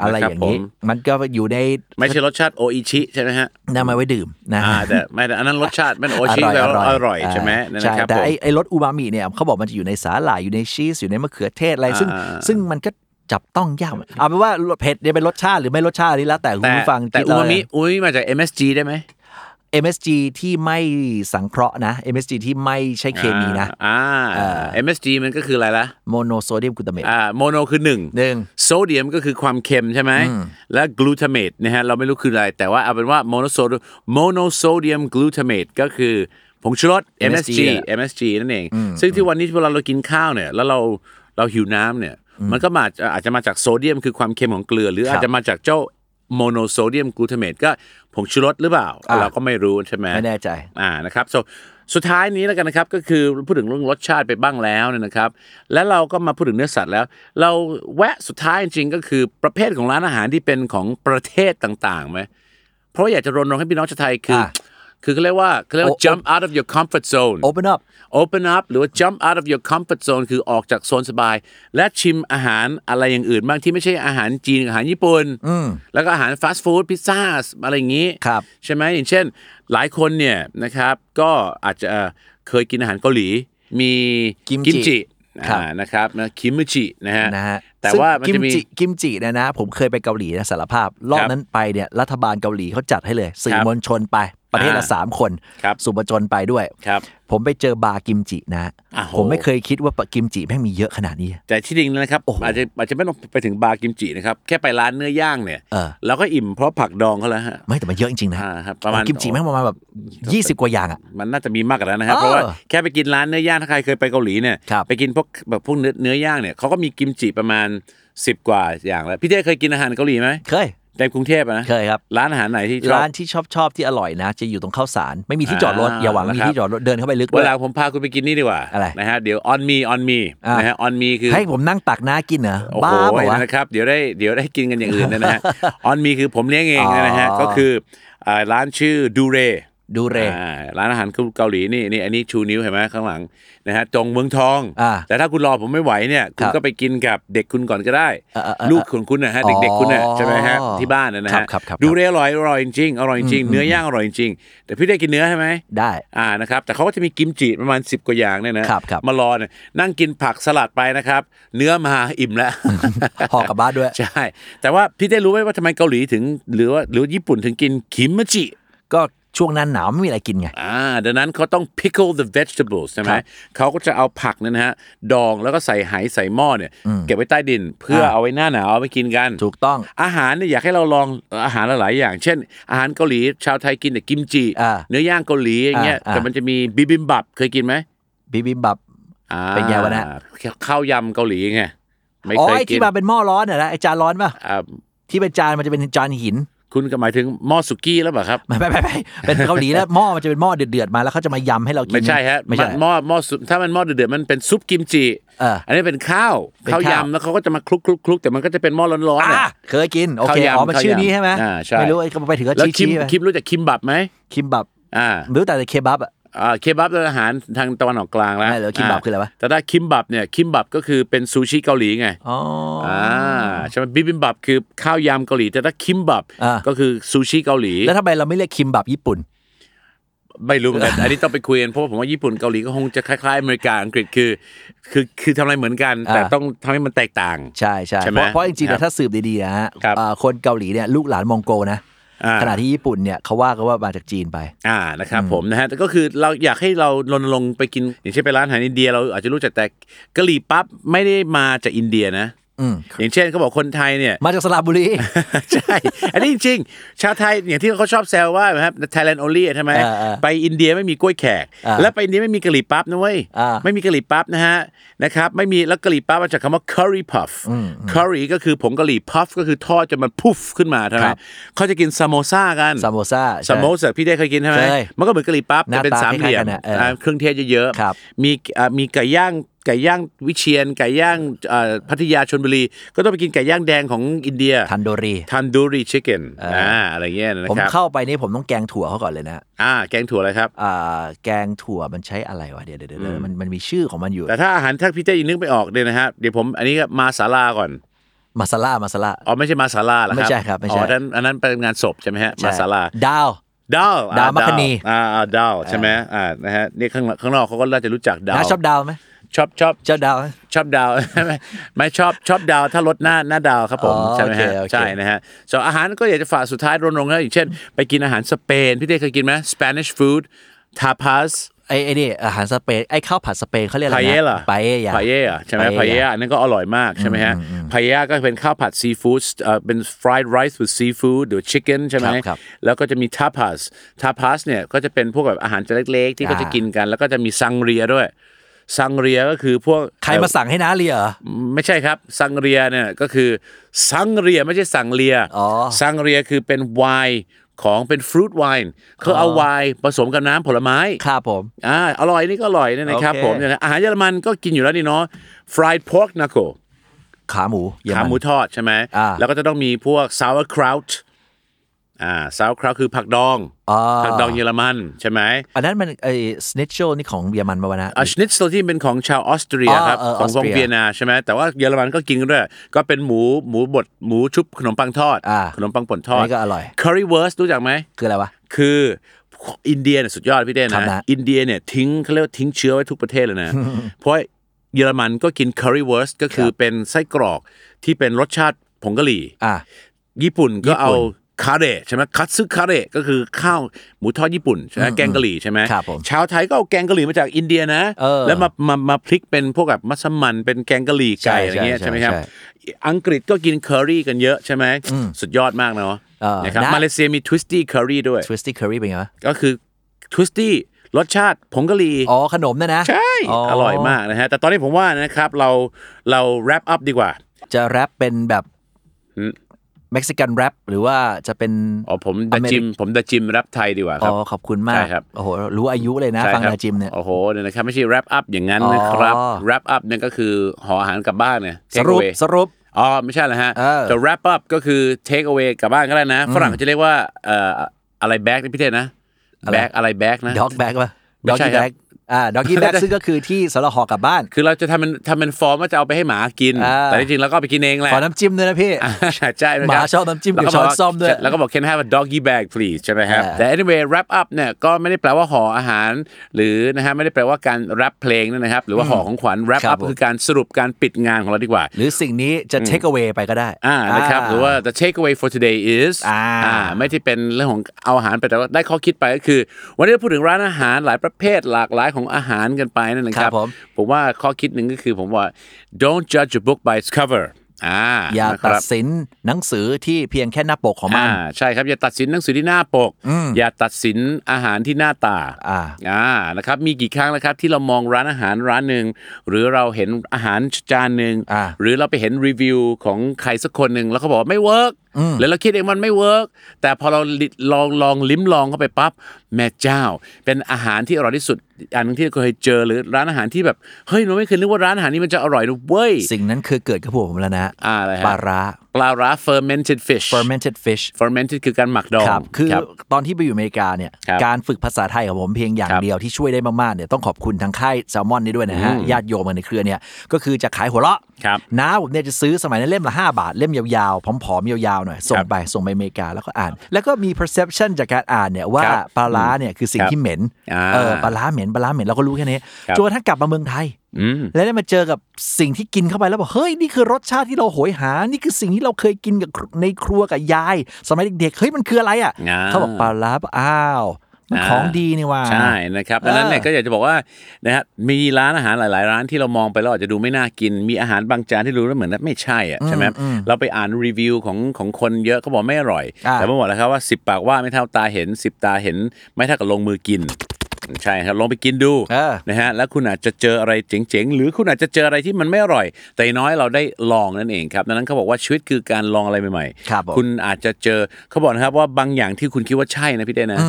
S2: อะไร
S3: นค
S2: อบ ย่างนี้
S3: ผม
S2: มันก็อยู่ใน
S3: ไม่ใช่รสชาติโออิชิใช่ไหมฮะ
S2: นำมาไว้ดื่มนะ
S3: อ่าแต่ไม่แต่อันนั้นรสชาติมันโอชิแล้วาอร่อยใช่ไหมนั่นนะ
S2: ใช่
S3: ครับ
S2: แต่
S3: ผม
S2: ไอ้ไอ้รสอูมามิเนี่ยเขาบอกมันจะอยู่ในสาหร่ายอยู่ในชีสอยู่ในมะเขือเทศอะไรซึ่ง
S3: อ่า
S2: ซึ่งมันก็จับต้องยากเอาเป็นว่าเผ็ดเนี่ยเป็นรสชาติหรือไม่รสชาตินี่แล้วแต่คุณ
S3: แต่
S2: ผู้ฟัง
S3: แต่
S2: คิด
S3: อู
S2: เา
S3: มามิ
S2: เ
S3: อูมามิมาจาก MSG ได้ไหม
S2: นี่ย MSG ที่ไม่สังเคราะห์นะ MSG ที่ไม่ใช่เคมีนะ
S3: อ่า
S2: เออ
S3: อ่า MSG มันก็คืออะไรล่ะ
S2: โมโนโซเดียมกลูตาเมต
S3: อ่าโมโนคือหนึ่ง
S2: หนึ่ง
S3: โซเดียมก็คือความเค็มใช่ไหม และกลูตาเมตนะฮะเราไม่รู้คืออะไร แต่ว่าเอาเป็นว่าโมโนโซโมโนโซเดียมกลูตาเมตก็คือผงชูรส MSG
S2: MSG แหละ
S3: MSG นั่นเอง ซึ่งที่วันนี้เวลาเรากินข้าวเนี่ย แล้วเราเราหิวน้ำเนี่ย มันก็มาอาจจะมาจากโซเดียมคือความเค็มของเกลือ หรืออาจจะมาจากเจ้าโมโนโซเดียมกลูตาเมตก็ผงชูรสหรือเปล่า
S2: อ่ะ
S3: เราก็ไม่รู้ใช่ไหม
S2: ไม่แน่ใจ
S3: อ่านะครับ so สุดท้ายนี้แล้วกันนะครับก็คือพูดถึงเรื่องรสชาติไปบ้างแล้วเนี่ยนะครับ แล้วเราก็มาพูดถึงเนื้อสัตว์แล้ว เราแวะสุดท้ายจริงๆก็คือประเภทของร้านอาหารที่เป็นของประเทศต่างๆไหมเพราะอยากจะรณรงค์ให้พี่น้องชาวไทยคืออ
S2: อ่ะ
S3: คือเขาเรียกว่าเขาเรียกว่า
S2: โอ
S3: jump out of your comfort zone
S2: open up
S3: open up หรือว่า jump out of your comfort zone คือออกจากโซนสบาย และชิมอาหารอะไรอย่างอื่นบ้างที่ไม่ใช่อาหารจีนกับอาหารญี่ปุ่นแล้วก็อาหารฟาสต์ฟู้ดพิซซ่าอะไรอย่างนี้
S2: ครับ
S3: ใช่ไหมอย่างเช่น หลายคนเนี่ยนะครับก็อาจจะเอ่อเคยกินอาหารเกาหลี มี
S2: กิมจิครับ
S3: อ่านะครับนะคิมจินะฮะ
S2: นะฮะ
S3: แต่
S2: ซึ่ง
S3: ว่ามัน
S2: กิ
S3: จะมี
S2: จิกิมจิเนี่ยนะ ผมเคยไปเกาหลีนะสารภาพ รอบนั้นไปเนี่ยรัฐบาลเกาหลีเขาจัดให้เลย สื่อมวลชนไปประเทศละ
S3: อ่า
S2: สามคน
S3: ครับ
S2: สุบชนไปด้วย
S3: ครับ
S2: ผมไปเจอบาร์กิมจินะ
S3: อ้าวโห
S2: ผมไม่เคยคิดว่ากิมจิแม่งมีเยอะขนาดนี้
S3: แต่ที่จริงนะครับอาจจะอาจจะไม่ต้องไปถึงบาร์กิมจินะครับแค่ไปร้านเนื้อย่างเนี่ย
S2: เออ
S3: เราก็อิ่มเพราะผักดองเขาแล้วฮะ
S2: ไม่แต่มันเยอะจริงๆนะ
S3: อ่าครับประมาณ
S2: โอ้กิมจิแม่งประมาณแบบ 20 กว่าอย่างอ่ะ
S3: มันน่าจะมีมากกว่านั้นนะครับ
S2: เออ
S3: เพราะว่าแค่ไปกินร้านเนื้อย่างถ้าใครเคยไปเกาหลีเนี่ย
S2: ครับ
S3: ไปกินพวกแบบพวกเนื้อเนื้อย่างเนี่ยเขาก็มีกิมจิประมาณ 10 กว่าอย่างแล้วพี่เต้เคยกินอาหารเกาหลีไหม
S2: เคย
S3: ในกรุงเทพอะนะ
S2: เคยครับ
S3: ร้านอาหารไหนที่ชอบ
S2: ร้านที่ชอบชอบที่อร่อยนะ จะอยู่ตรงข้าวสาร ไม่มีที่จอดรถ
S3: อ่า
S2: อย่าหวังมี
S3: นะครับ
S2: ที่จอดรถเดินเข้าไปลึกด้
S3: เว
S2: วย
S3: ลาผมพาคุณไปกินนี่ดีกว่า
S2: อะไร
S3: นะฮะเดี๋ยวออนมีออนมี
S2: อ่าน
S3: นะฮะออนมีคือ
S2: ให้ผมนั่งตักหน้ากินเหรอ
S3: โอ้
S2: บ้า
S3: โห
S2: เปล่าวะ
S3: นะครับเดี๋ยวได้เดี๋ยวได้กินกันอย่างอื่นนะ ฮะ ออนมีคือผมเลี้ยงเองนะฮะ
S2: อ๋อ
S3: ก็คืออ่าร้านชื่อดูเร
S2: ดูเร
S3: อ่าร้านอาหารเกาหลีนี่นี่อันนี้ชูนิ้วเห็นไหมข้างหลังนะฮะจงเมืองทอง
S2: อ่า
S3: แต่ถ้าคุณรอผมไม่ไหวเนี่ยคุ
S2: ค
S3: ณ
S2: รับ
S3: ก็ไปกินกับเด็กคุณก่อนก็ได้
S2: เออเออเออ
S3: ลูกของคุณนะฮะ
S2: อ๋อ
S3: เด็กๆคุณน่ะใช่ไหมฮะที่บ้านนะ
S2: ครั
S3: ฮะ
S2: บครับครับครับ
S3: ดูเรอร่อยอร่อยจริงอร่อยจริงเนื้อย่างอร่อยจริงแต่พี่ได้กินเนื้อใช่ไหม
S2: ได้
S3: อ่านะครับแต่เขาก็จะมีกิมจิประมาณ 10 กว่าอย่างเนี่ยนะครับ
S2: ครับ
S3: มารอเนี่ยนั่งกินผักสลัดไปนะครับ เนื้อมาอิ่ม แล้ว
S2: ห่อกลับบ้านด้วย
S3: ใช่ แต่ว่าพี่ได้รู้ไหมว่าทำไมเกาหลีถึง หรือว่าหรือญี่ปุ่นถึงกินคิมมจิ
S2: ก็ช่วงหนั้นหนาวไม่มีอะไรกินไง
S3: อ่าดังนั้นเขาต้อง pickle the vegetables ใช่ไหม
S2: ครับ
S3: เขาก็จะเอาผักเนยนะฮะดองแล้วก็ใส่ไหใส่หม้อเนี่ย เก็บไว้ใต้ดินเพื่ออา เอาไว้หน้าหนาวเอาไปกินกัน
S2: ถูกต้อง
S3: อาหารเนี่ยอยากให้เราลองอาหารหลายๆอย่าง เช่น อาหารเกาหลีชาวไทยกินแต่กิมจิ
S2: อ่า
S3: เนื้อย่างเกาหลีอย่างเงี้ย
S2: อ่าอ่า
S3: แต่มันจะมีบิบิมบับเคยกินไหม
S2: บิบิมบับ
S3: อ่า
S2: เป็นไงวะนะ
S3: ข้าวยำเกาหลีไงไม่
S2: อ๋อ
S3: เคย
S2: ไอ้
S3: กิ
S2: ที่
S3: น
S2: มาเป็นหม้อร้อนน่ะนะไอ้จานร้อนป่ะ
S3: อ่า
S2: ที่เป็นจานมันจะเป็นจานหิน
S3: คุณก็หมายถึงหม้อสุกี้แล้วเปล่าครับ
S2: ไม่ไม่ไม่ไม่เป็นเกาหลีแล้วหม้ อมันจะเป็นหม้อเดือดๆมาแล้วเขาจะมายำให้เรากิน
S3: ไม่ใช่ฮะ
S2: ไม่ใช่
S3: นหม้อหม้อซุปถ้ามันหม้อเดือดๆมันเป็นซุปกิมจิ
S2: เอออั
S3: นนี้เป็นข้าว
S2: เป็น
S3: ข้า
S2: ข้าว ว
S3: ยำแล้วเขาก็จะมาคลุกคลุกคลุกแต่มันก็จะเป็นหม้อร้อนๆ
S2: อ่ะ
S3: น่ะ
S2: เคยกินโอเค
S3: ข้าวยำ
S2: อ๋อมัน
S3: ข้าวยำ
S2: ชื่อนี้ใช่ไหม
S3: อ่าใช่
S2: ไม่รู้ไอ้ก็ไปถึงก็
S3: แล้ว
S2: ชี้
S3: คิม
S2: ชี้ไป
S3: คิมรู้จักคิมบับไหม
S2: คิมบับ
S3: อ่า
S2: ไม่รู้แต่เคบับอ่ะ
S3: อ่าเคบับเป็นอาหารทางตะวันออกกลางแล้ว
S2: ไม่เหรอคิมบับคืออะไรวะ
S3: แต่ถ้าคิมบับเนี่ยคิมบับก็คือเป็นซูชิเกาหลีไง
S2: อ๋ออ
S3: อ่าใช่ไหมบิบิมบับคือข้าวยำเกาหลีแต่ถ้าคิมบับ
S2: อ่า
S3: ก็คือซูชิเกาหลี
S2: แล้วทำไมเราไม่เรียกคิมบับญี่ปุ่น
S3: ไม่รู้เหมือนกัน อันนี้ต้องไปคุยกันเพราะว่าผมว่าญี่ปุ่นเกาหลีก็คงจะคล้ายๆอเมริกาอังกฤษคือ คือคือทำอะไรเหมือนกัน แต่
S2: อ่า
S3: ต้องทำให้มันแตกต่าง
S2: ใช่ใช่
S3: ใช่ไห
S2: เพ
S3: ม
S2: ราะเพราะจริงๆ
S3: ครับ
S2: เนี่ยถ้าสืบดีๆนะฮะ
S3: ครับ
S2: อ่าคนเกาหลีเนี่ยลูกหลานมองโกนะ
S3: อ่า
S2: ขณะที่ญี่ปุ่นเนี่ยเขาว่ากันว่ามาจากจีนไป
S3: อ่านะครับผมนะฮะแต่ก็คือเราอยากให้เรารณรงค์ไปกิน อย่างเช่นไปร้านอาหารอินเดียเราอาจจะรู้จักแต่กะหรี่ปั๊บไม่ได้มาจากอินเดียนะ
S2: อืม
S3: อย่างเช่นเขาบอกคนไทยเนี่ย
S2: มาจากสระบุรี
S3: ใช่ อันนี้จริงๆ ชาวไทยอย่างที่เขาชอบแซวว่านะครับ Thailand only ใช่ไหม
S2: เออเออ
S3: ไปอินเดียไม่มีกล้วยแขก
S2: อ่า
S3: แล้วไปอินเดียไม่มีกะหรี่ปั๊บนะเว้ย
S2: อ่า
S3: ไม่มีกะหรี่ปั๊บนะฮะนะครับ ไม่มีแล้วกะหรี่ปั๊บมาจากคำว่า curry puff curry ก็คือผงกะหรี่ puff ก็คือทอดจนมันพุฟขึ้นมาใช่ไหม
S2: ครับ
S3: เขาจะกินซามโมซากัน
S2: ซามโมซาใช่
S3: สโมสพี่ได้เคยกินใช่ไหม
S2: เคย
S3: มันก็เหมือนกะหรี่ปั๊บแต่เป็น
S2: หน้าตา
S3: สามเหลี่ยม
S2: คล้ายๆกันอะเออ
S3: นะเครื่องเทศเยอะ
S2: ครับ
S3: มีอ่ะมีไก่ย่าง ไก่ย่างวิเชียนไก่ย่างเอ่อพัทยาชนบุรี ก็ต้องไปกินไก่ย่างแดงของอินเดีย
S2: ทันโดรี
S3: ทันดูรีชิคเก้นอ่าอะไรเงี้ยนะ
S2: ผม
S3: ครับ
S2: เข้าไปนี่ผมต้องแกงถั่วเขาก่อนเลยนะ
S3: อ่าแกงถั่วอะไรครับ
S2: อ่าแกงถั่วมันใช้อะไรวะเดี๋ยวเดี๋ยวเดี๋ยวเดี๋ยวมันมันมีชื่อของมันอยู่
S3: แต่ถ้าอาหารถ้าพี่เต้ยังนึกไม่ออกเนี่ยนะฮะเดี๋ยวผมอันนี้ก็มาสาลาก่อน
S2: มาซาล่ามาซาล่า
S3: อ๋อไม่ใช่มาสาลาเหรอครับ
S2: ไม่ใช่ครับไม่ใช่
S3: อ๋ออันนั้นอันนั้นเป็นงานศพใช่ไหมฮะมาสาลา
S2: ดาว
S3: ดาวอ่
S2: ดาวมัคคณี
S3: อ่าอ่าดาวใช่ไหมอ่านะฮะนี่ข้างหลังข้างนอกเขาก็น่าจะรู้จักดาว
S2: นะชอบดาวไหม
S3: ชอบชอบ
S2: ชอบดาวไหม
S3: ชอบดาว ไม่ไม่ชอบชอบดาวถ้าลดหน้าหน้าดาวครับผม
S2: อ๋อ
S3: ใช่ไหมฮะ
S2: โอเคโอเค
S3: ใช่นะฮะส่วนอาหารก็อยากจะฝากสุดท้ายรณรงค์นะอย่างเช่น ไปกินอาหารสเปนพี่เต้เคยกินไหม Spanish food tapas
S2: ไอ้ไอ้นี่อาหารสเปนไอ้ข้าวผัดสเปนเขาเรียกอะไร
S3: พาเย
S2: นะ
S3: ล่ะ
S2: ปาเอยา
S3: พาเย่ใช่ไหม
S2: Paella
S3: พาเย่อันนั้นก็อร่อยมากใช่ไหมฮะพาเย่ก็เป็นข้าวผัดซีฟู้ดเอ่อเป็น fried rice with seafood หรือ chicken ใช่ไหม
S2: ครับครับ
S3: แล้วก็จะมี tapas tapas เนี่ยก็จะเป็นพวกแบบอาหารจานเล็กๆ ที่
S2: อ่า
S3: ก็จะกินกัน แล้วก็จะมีซังเรียด้วย ซังเรียก็คือพวก
S2: ใครมาสั่งให้น้าเลียเหรอ
S3: เอ่อไม่ใช่ครับซังเรียเนี่ยก็คือซังเรียไม่ใช่สังเรีย
S2: อ๋อ
S3: ซังเรียคือเป็นไวน์ของเป็นฟรุตไวน์เขาเอาไวน์ผสมกับน้ำผลไม้
S2: ครับผม
S3: อ่าอร่อยนี่ก็อร่อยเนี่ยนะครับ
S2: โอเค
S3: ผมเนี่ยนะอาหารเยอรมันก็กินอยู่แล้วนี่เนาะ fried pork knuckle
S2: ขาหมูเยอร
S3: ขาห
S2: น
S3: มูทอดใช่ไหม
S2: อ่า
S3: แล้วก็จะต้องมีพวก sauerkraut อ่า sauerkraut คือผักดอง
S2: อ๋อ
S3: ผักดองเยอรมันใช่ไหม
S2: อันนั้นมันไอ้สเนชโชนี่ของเยอรมันมาวะนะ
S3: อ่า schnitzel ที่เป็นของชาวออสเตรีย
S2: อ๋อ
S3: ครับ
S2: เออ
S3: ของวง
S2: Austria
S3: เวียนนาใช่ไหมแต่ว่าเยอรมันก็กินกันด้วย ก็เป็นหมูหมูบดหมูชุบขนมปังทอด
S2: อ่า
S3: ขนมปังป่นทอ
S2: อัน
S3: ด
S2: นี้ก็อร่อย
S3: currywurst รู้จักไหม
S2: คืออะไรวะ
S3: คืออินเดียเนี่ยสุดยอดพี่เต้
S2: ครั
S3: นะ
S2: บนะ
S3: อินเดียเนี่ยทิ้งเขาเรียกว่าทิ้งเชื้อไว้ทุกประเทศเลยนะ เพราะเยอรมันก็กิน currywurst ก็คือเป็นไส้กรอกที่เป็นรสชาติผงกะหรี่
S2: อ่ะ
S3: ญี่ปุ่นก็เอา
S2: ญี่ปุ่
S3: คาเระใช่ไหมคัตซึคาเระก็คือข้าวหมูทอดญี่ปุ่นใช่ไหมแกงกะหรี่ใช่ไหม
S2: ครับผม
S3: ชาวไทยก็เอาแกงกะหรี่มาจากอินเดียนะ
S2: เออ
S3: แล้วมามามาพลิกเป็นพวกแบบมัสมั่นเป็นแกงกะหรี่ไก่
S2: ใช่
S3: อะไรเงี้ย
S2: ใช่
S3: ใช่ไหมครับ
S2: ใช่
S3: อังกฤษก็กินเคอรี่กันเยอะใช่ไหมสุดยอดมากเนาะ
S2: เออ
S3: นะครับ
S2: นะ
S3: มาเลเซียมีทวิสตี้เคอรี่ด้วย
S2: ทวิสตี้เคอรี่เป็นไงวะ
S3: ก็คือทวิสตี้รสชาติผงกะหรี่
S2: อ๋อขนมนะนะ
S3: ใช่ อร่อยมากนะฮะ แต่ตอนนี้ผมว่านะครับ เราเรา wrap up ดีกว่า
S2: จะแรปเป็นแบบ
S3: อืม
S2: เม็กซิกันแรปหรือว่าจะเป็น
S3: อ๋อผมดาจิม ผมดาจิม แรปไทยดีกว่าค
S2: อ๋
S3: รับ
S2: อ ขอบคุณมา
S3: ใช่
S2: ก
S3: ครับ
S2: โอ้โห รู้อายุเลยนะ
S3: ใช่
S2: ฟัง
S3: ครับ
S2: นาจิมเนี่ย
S3: โอ้โหเนี่ยนะครับ ไม่ใช่ wrap up อย่างนั้นนะครับ
S2: อ๋อ
S3: wrap up เนี่ยก็คือห่ออาหารกลับบ้านเนี่ย
S2: ส
S3: take
S2: รุป
S3: away
S2: สรุป
S3: อ๋อ ไม่ใช่เหรอฮะ
S2: เออ
S3: จะ wrap up ก็คือ take away กลับบ้านก็ได้นะ ฝรั่งเขาจะเรียกว่าเอ่ออะไรแบ็กนี่พี่เทนนะแบ็กอะไรแบ็กนะ
S2: ด็อกแบ็กป่ะ
S3: ไม่
S2: ด็อก
S3: ใช่
S2: กี้
S3: ครับ
S2: แบ็กอ่าด็อกกี้แบ็กซึ่งก็คือที่สำหรับห่อกลับบ้าน
S3: คือเราจะทำเป็นทำเป็นฟอร์มว่าจะเอาไปให้หมากิน
S2: อ่า
S3: แต่จริงๆแล้วก็เอาไปกินเองแหละ
S2: ขอน้ำจิ้มด้วยนะพี่
S3: อ่าใช่นะ
S2: ห
S3: ครับ
S2: มาชอบน้ำจิ้ม
S3: แล้วก็
S2: กับช้อน
S3: บกา
S2: ส้อมด้วย
S3: แล้วก็บอก can I have a doggy bag please ใช่ไหมครับ
S2: อ่า
S3: แต่ anyway wrap up เนี่ยก็ไม่ได้แปลว่าห่ออาหาร หรือนะฮะไม่ได้แปลว่าการ wrap เพลงนะครับ หรือว่าห่อของขวัญ wrap
S2: ครับ
S3: up
S2: ผม
S3: คือการสรุปการปิดงานของเราดีกว่า
S2: หรือสิ่งนี้จะเทคเอา a y ไปก็ได้
S3: อ่านะครับหรือว่า the takeaway for today is
S2: อ่า
S3: ไม่ที่เป็นเรื่องของเอาอาหารไปแต่ว่าได้ข้อคิดไปก็คือ วันนี้เราพูดถึงร้านอาหารหลายประเภทหลากหลายของอาหารกันไปนั่นนะครั
S2: ครับ บผม
S3: ผมว่าข้อคิดหนึ่งก็คือผมว่า don't judge a book by its cover อ่า
S2: อย่า
S3: นะค
S2: ตัด
S3: รับ
S2: สินหนังสือที่เพียงแค่หน้าปกของมัน
S3: อ่าใช่ครับ อย่าตัดสินหนังสือที่หน้าปก อย่าตัดสินอาหารที่หน้าตา
S2: อ่า
S3: อ่านะครับมีกี่ครั้งแล้วครับที่เรามองร้านอาหารร้านหนึ่งหรือเราเห็นอาหารจานหนึ่ง
S2: อ่า
S3: หรือเราไปเห็นรีวิวของใครสักคนหนึ่งแล้วเขาบอกว่าไม่เวิร์กแล้วเราคิดเองมันไม่เวิร์กแต่พอเราลิลองลองลิ้มลองเข้าไปปั๊บแม่เจ้า เป็นอาหารที่อร่อยที่สุดอันหนึงที่เคยเจอหรือร้านอาหารที่แบบเฮ้ยเราไม่เคยนึกว่าร้านอาหารนี้มันจะอร่อยนะเว้ย
S2: สิ่งนั้นคือเกิดกับผมแล้วนะ
S3: อ่าอะไรฮะ
S2: ปลาร้า
S3: ปลาร้า fermented fish
S2: fermented fish
S3: fermented คือการหมักดอง
S2: ครับ คือตอนที่ไปอยู่อเมริกาเนี่ย
S3: ครับ
S2: การฝึกภาษาไทยของผมเพียงอย่าง
S3: ครับ
S2: เดียวที่ช่วยได้มาก ๆ เนี่ยต้องขอบคุณทางค่ายแซลมอนนี่ด้วยนะฮะ ญาติโยมกันในเครือเนี่ย ก็คือจะขายหัวเราะ
S3: ครับ
S2: น้าผมเนี่ยจะซื้อสมัยนั้นเล่มละ 5 บาท เล่มยาวๆ ผอมๆ ยาวๆ หน่อย ส่งไป ส่งไปอเมริกาแล้วก็อ่าน แล้วก็มี perception จากการอ่านเนี่ยว่า
S3: ครับ
S2: ปลาร้าเนี่ยคือสิ่ง
S3: ครับ
S2: ที่เหม็น
S3: อ่า
S2: เออปลาร้าเหม็นปลาร้าเหม็นเราก็รู้แค่นี้
S3: ครับ
S2: จนกระทั่งกลับมาเมืองไทย
S3: อืม
S2: แล้วได้มาเจอกับสิ่งที่กินเข้าไปแล้วบอกเฮ้ยนี่คือรสชาติที่เราโหยหา นี่คือสิ่งที่เราเคยกินกับครในครัวกับยาย สมัยเด็กๆเฮ้ยมันคืออะไรอ่ะ
S3: อ่า
S2: เขาบอกปลาร้าปะอ้าวมัน
S3: อ่า
S2: ของดีนี่ว่า
S3: ใช่นะครับดังนั้นเนี่ย
S2: เออ
S3: ก็อยากจะบอกว่านะฮะมีร้านอาหารหลาย ๆ ร้านที่เรามองไปแล้วอาจจะดูไม่น่ากิน มีอาหารบางจานที่รู้แล้วเหมือนไม่ใช่อ่ะใช่ไหมเราไปอ่านรีวิวของของคนเยอะเขาบอกไม่อร่อย
S2: อ่า
S3: แต่ผมบอกแล้วครับว่า 10 ปากว่าไม่เท่าตาเห็น 10 ตาเห็น ไม่เท่ากับลงมือกิน ใช่ครับลองไปกินดู
S2: เออ
S3: นะฮะแล้วคุณอาจจะเจออะไรเจ๋งๆ หรือคุณอาจจะเจออะไรที่มันไม่อร่อย แต่อย่างน้อยเราได้ลองนั่นเองครับดังนั้นเขาบอกว่าชีวิตคือการลองอะไรใหม่
S2: ครับผม
S3: ๆ คุณอาจจะเจอเขาบอกนะครับว่าบางอย่างที่คุณคิดว่าใช่นะพี่เต้นะ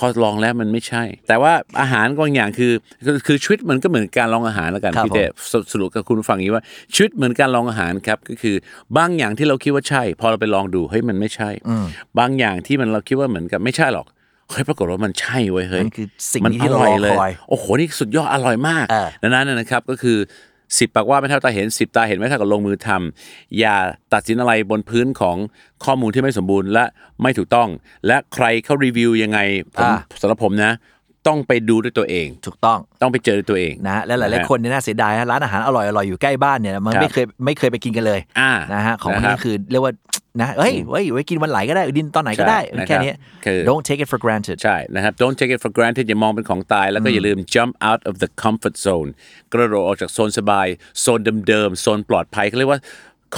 S3: พอลองแล้วมันไม่ใช่ แต่ว่าอาหารบางอย่างคือคือคือชีวิตมันก็เหมือนการลองอาหารแล้วกัน
S2: ครับ
S3: พี่เต้สสรุปกับคุณฟังอย่างนี้ว่าชีวิตเหมือนการลองอาหารครับก็คือบางอย่างที่เราคิดว่าใช่ พอเราไปลองดูเฮ้ยมันไม่ใช่ บางอย่างที่มันเราคิดว่าเหมือนกับไม่ใช่หรอกเฮ้ยปรากฏว่ามันใช่เว้ยเฮ้ย
S2: มันคือสิ่ง
S3: มัน
S2: ที่เรา
S3: ร่อย
S2: รอ
S3: เลย
S2: คอย
S3: โอ้โห นี่สุดยอดอร่อยมาก
S2: เออ
S3: ดังนั้นนะนะครับก็คือสิบปากว่าไม่เท่าตาเห็นสิบตาเห็นไม่เท่ากับลงมือทำอย่าตัดสินอะไรบนพื้นของข้อมูลที่ไม่สมบูรณ์และไม่ถูกต้อง และใครเขารีวิวยังไงผม
S2: อ่า
S3: สำหรับผมนะ ต้องไปดูด้วยตัวเอง
S2: ถูกต้อง
S3: ต้องไปเจอด้วยตัวเอง
S2: นะฮะและหลายๆคนเนี่ยน่าเสียดายฮะร้านอาหารอร่อยๆอยู่ใกล้บ้านเนี่ยมันไม่เคยไม่เคยไปกินกันเลย
S3: อ่า
S2: นะฮะของพวก
S3: ะรั
S2: นี้
S3: บ
S2: คือเรียกว่านะเฮ้ยเฮ้ยไว้กินวันไหลก็ได้ดินตอนไหนก็ได้
S3: ใช่นะครับ
S2: แค่เนี้ย
S3: คือ
S2: don't take it for granted
S3: ใช่นะครับ don't take it for granted อย่ามองเป็นของตาย แล้วก็อย่าลืม jump out of the comfort zone กระโดดออกจากโซนสบาย โซนเดิมๆ โซนปลอดภัยเขาเรียกว่า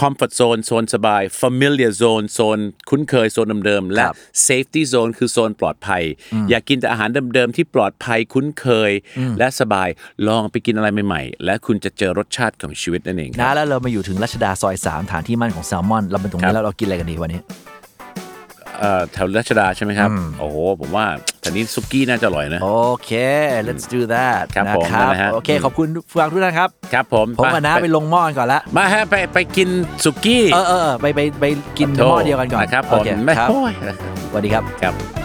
S3: comfort zone โซนสบาย familiar zone โซนคุ้นเคย โซนเดิมๆ และ
S2: ครับ
S3: safety zone คือโซนปลอดภัย อย่ากินแต่อาหารเดิมๆ ที่ปลอดภัยคุ้นเคย และสบาย ลองไปกินอะไรใหม่ๆ และคุณจะเจอรสชาติของชีวิตนั่นเองครับ
S2: นะแล้วเรามาอยู่ถึงรัชดาซอย3ฐานที่มั่นของแซลมอน เราเป็นตรง
S3: ครั
S2: นี้
S3: บ
S2: แล้วเรากินอะไรกันดีวันนี้
S3: เอ่อแถวรัชดาใช่ไหมครับ โอ้โห ผมว่าแถวนี้ซุกี้น่าจะอร่อยนะ
S2: โอเค let's do that
S3: ครับ
S2: นะ
S3: ผม
S2: ครับ
S3: นะฮะ
S2: โอเค
S3: อืม
S2: ขอบคุณผู้ฟังทุกท่านครับ
S3: ครับผม
S2: ผมกับน้าไปลงหม้อกันก่อนละ
S3: มาฮะไปไปกินสุกี้
S2: เออเออเออไปไปไปกินหม้อเดียวกันก่อน
S3: ครับผม
S2: โเค
S3: ไม่
S2: ครับ
S3: โอ้ย
S2: สวัสดีครับ
S3: ครับ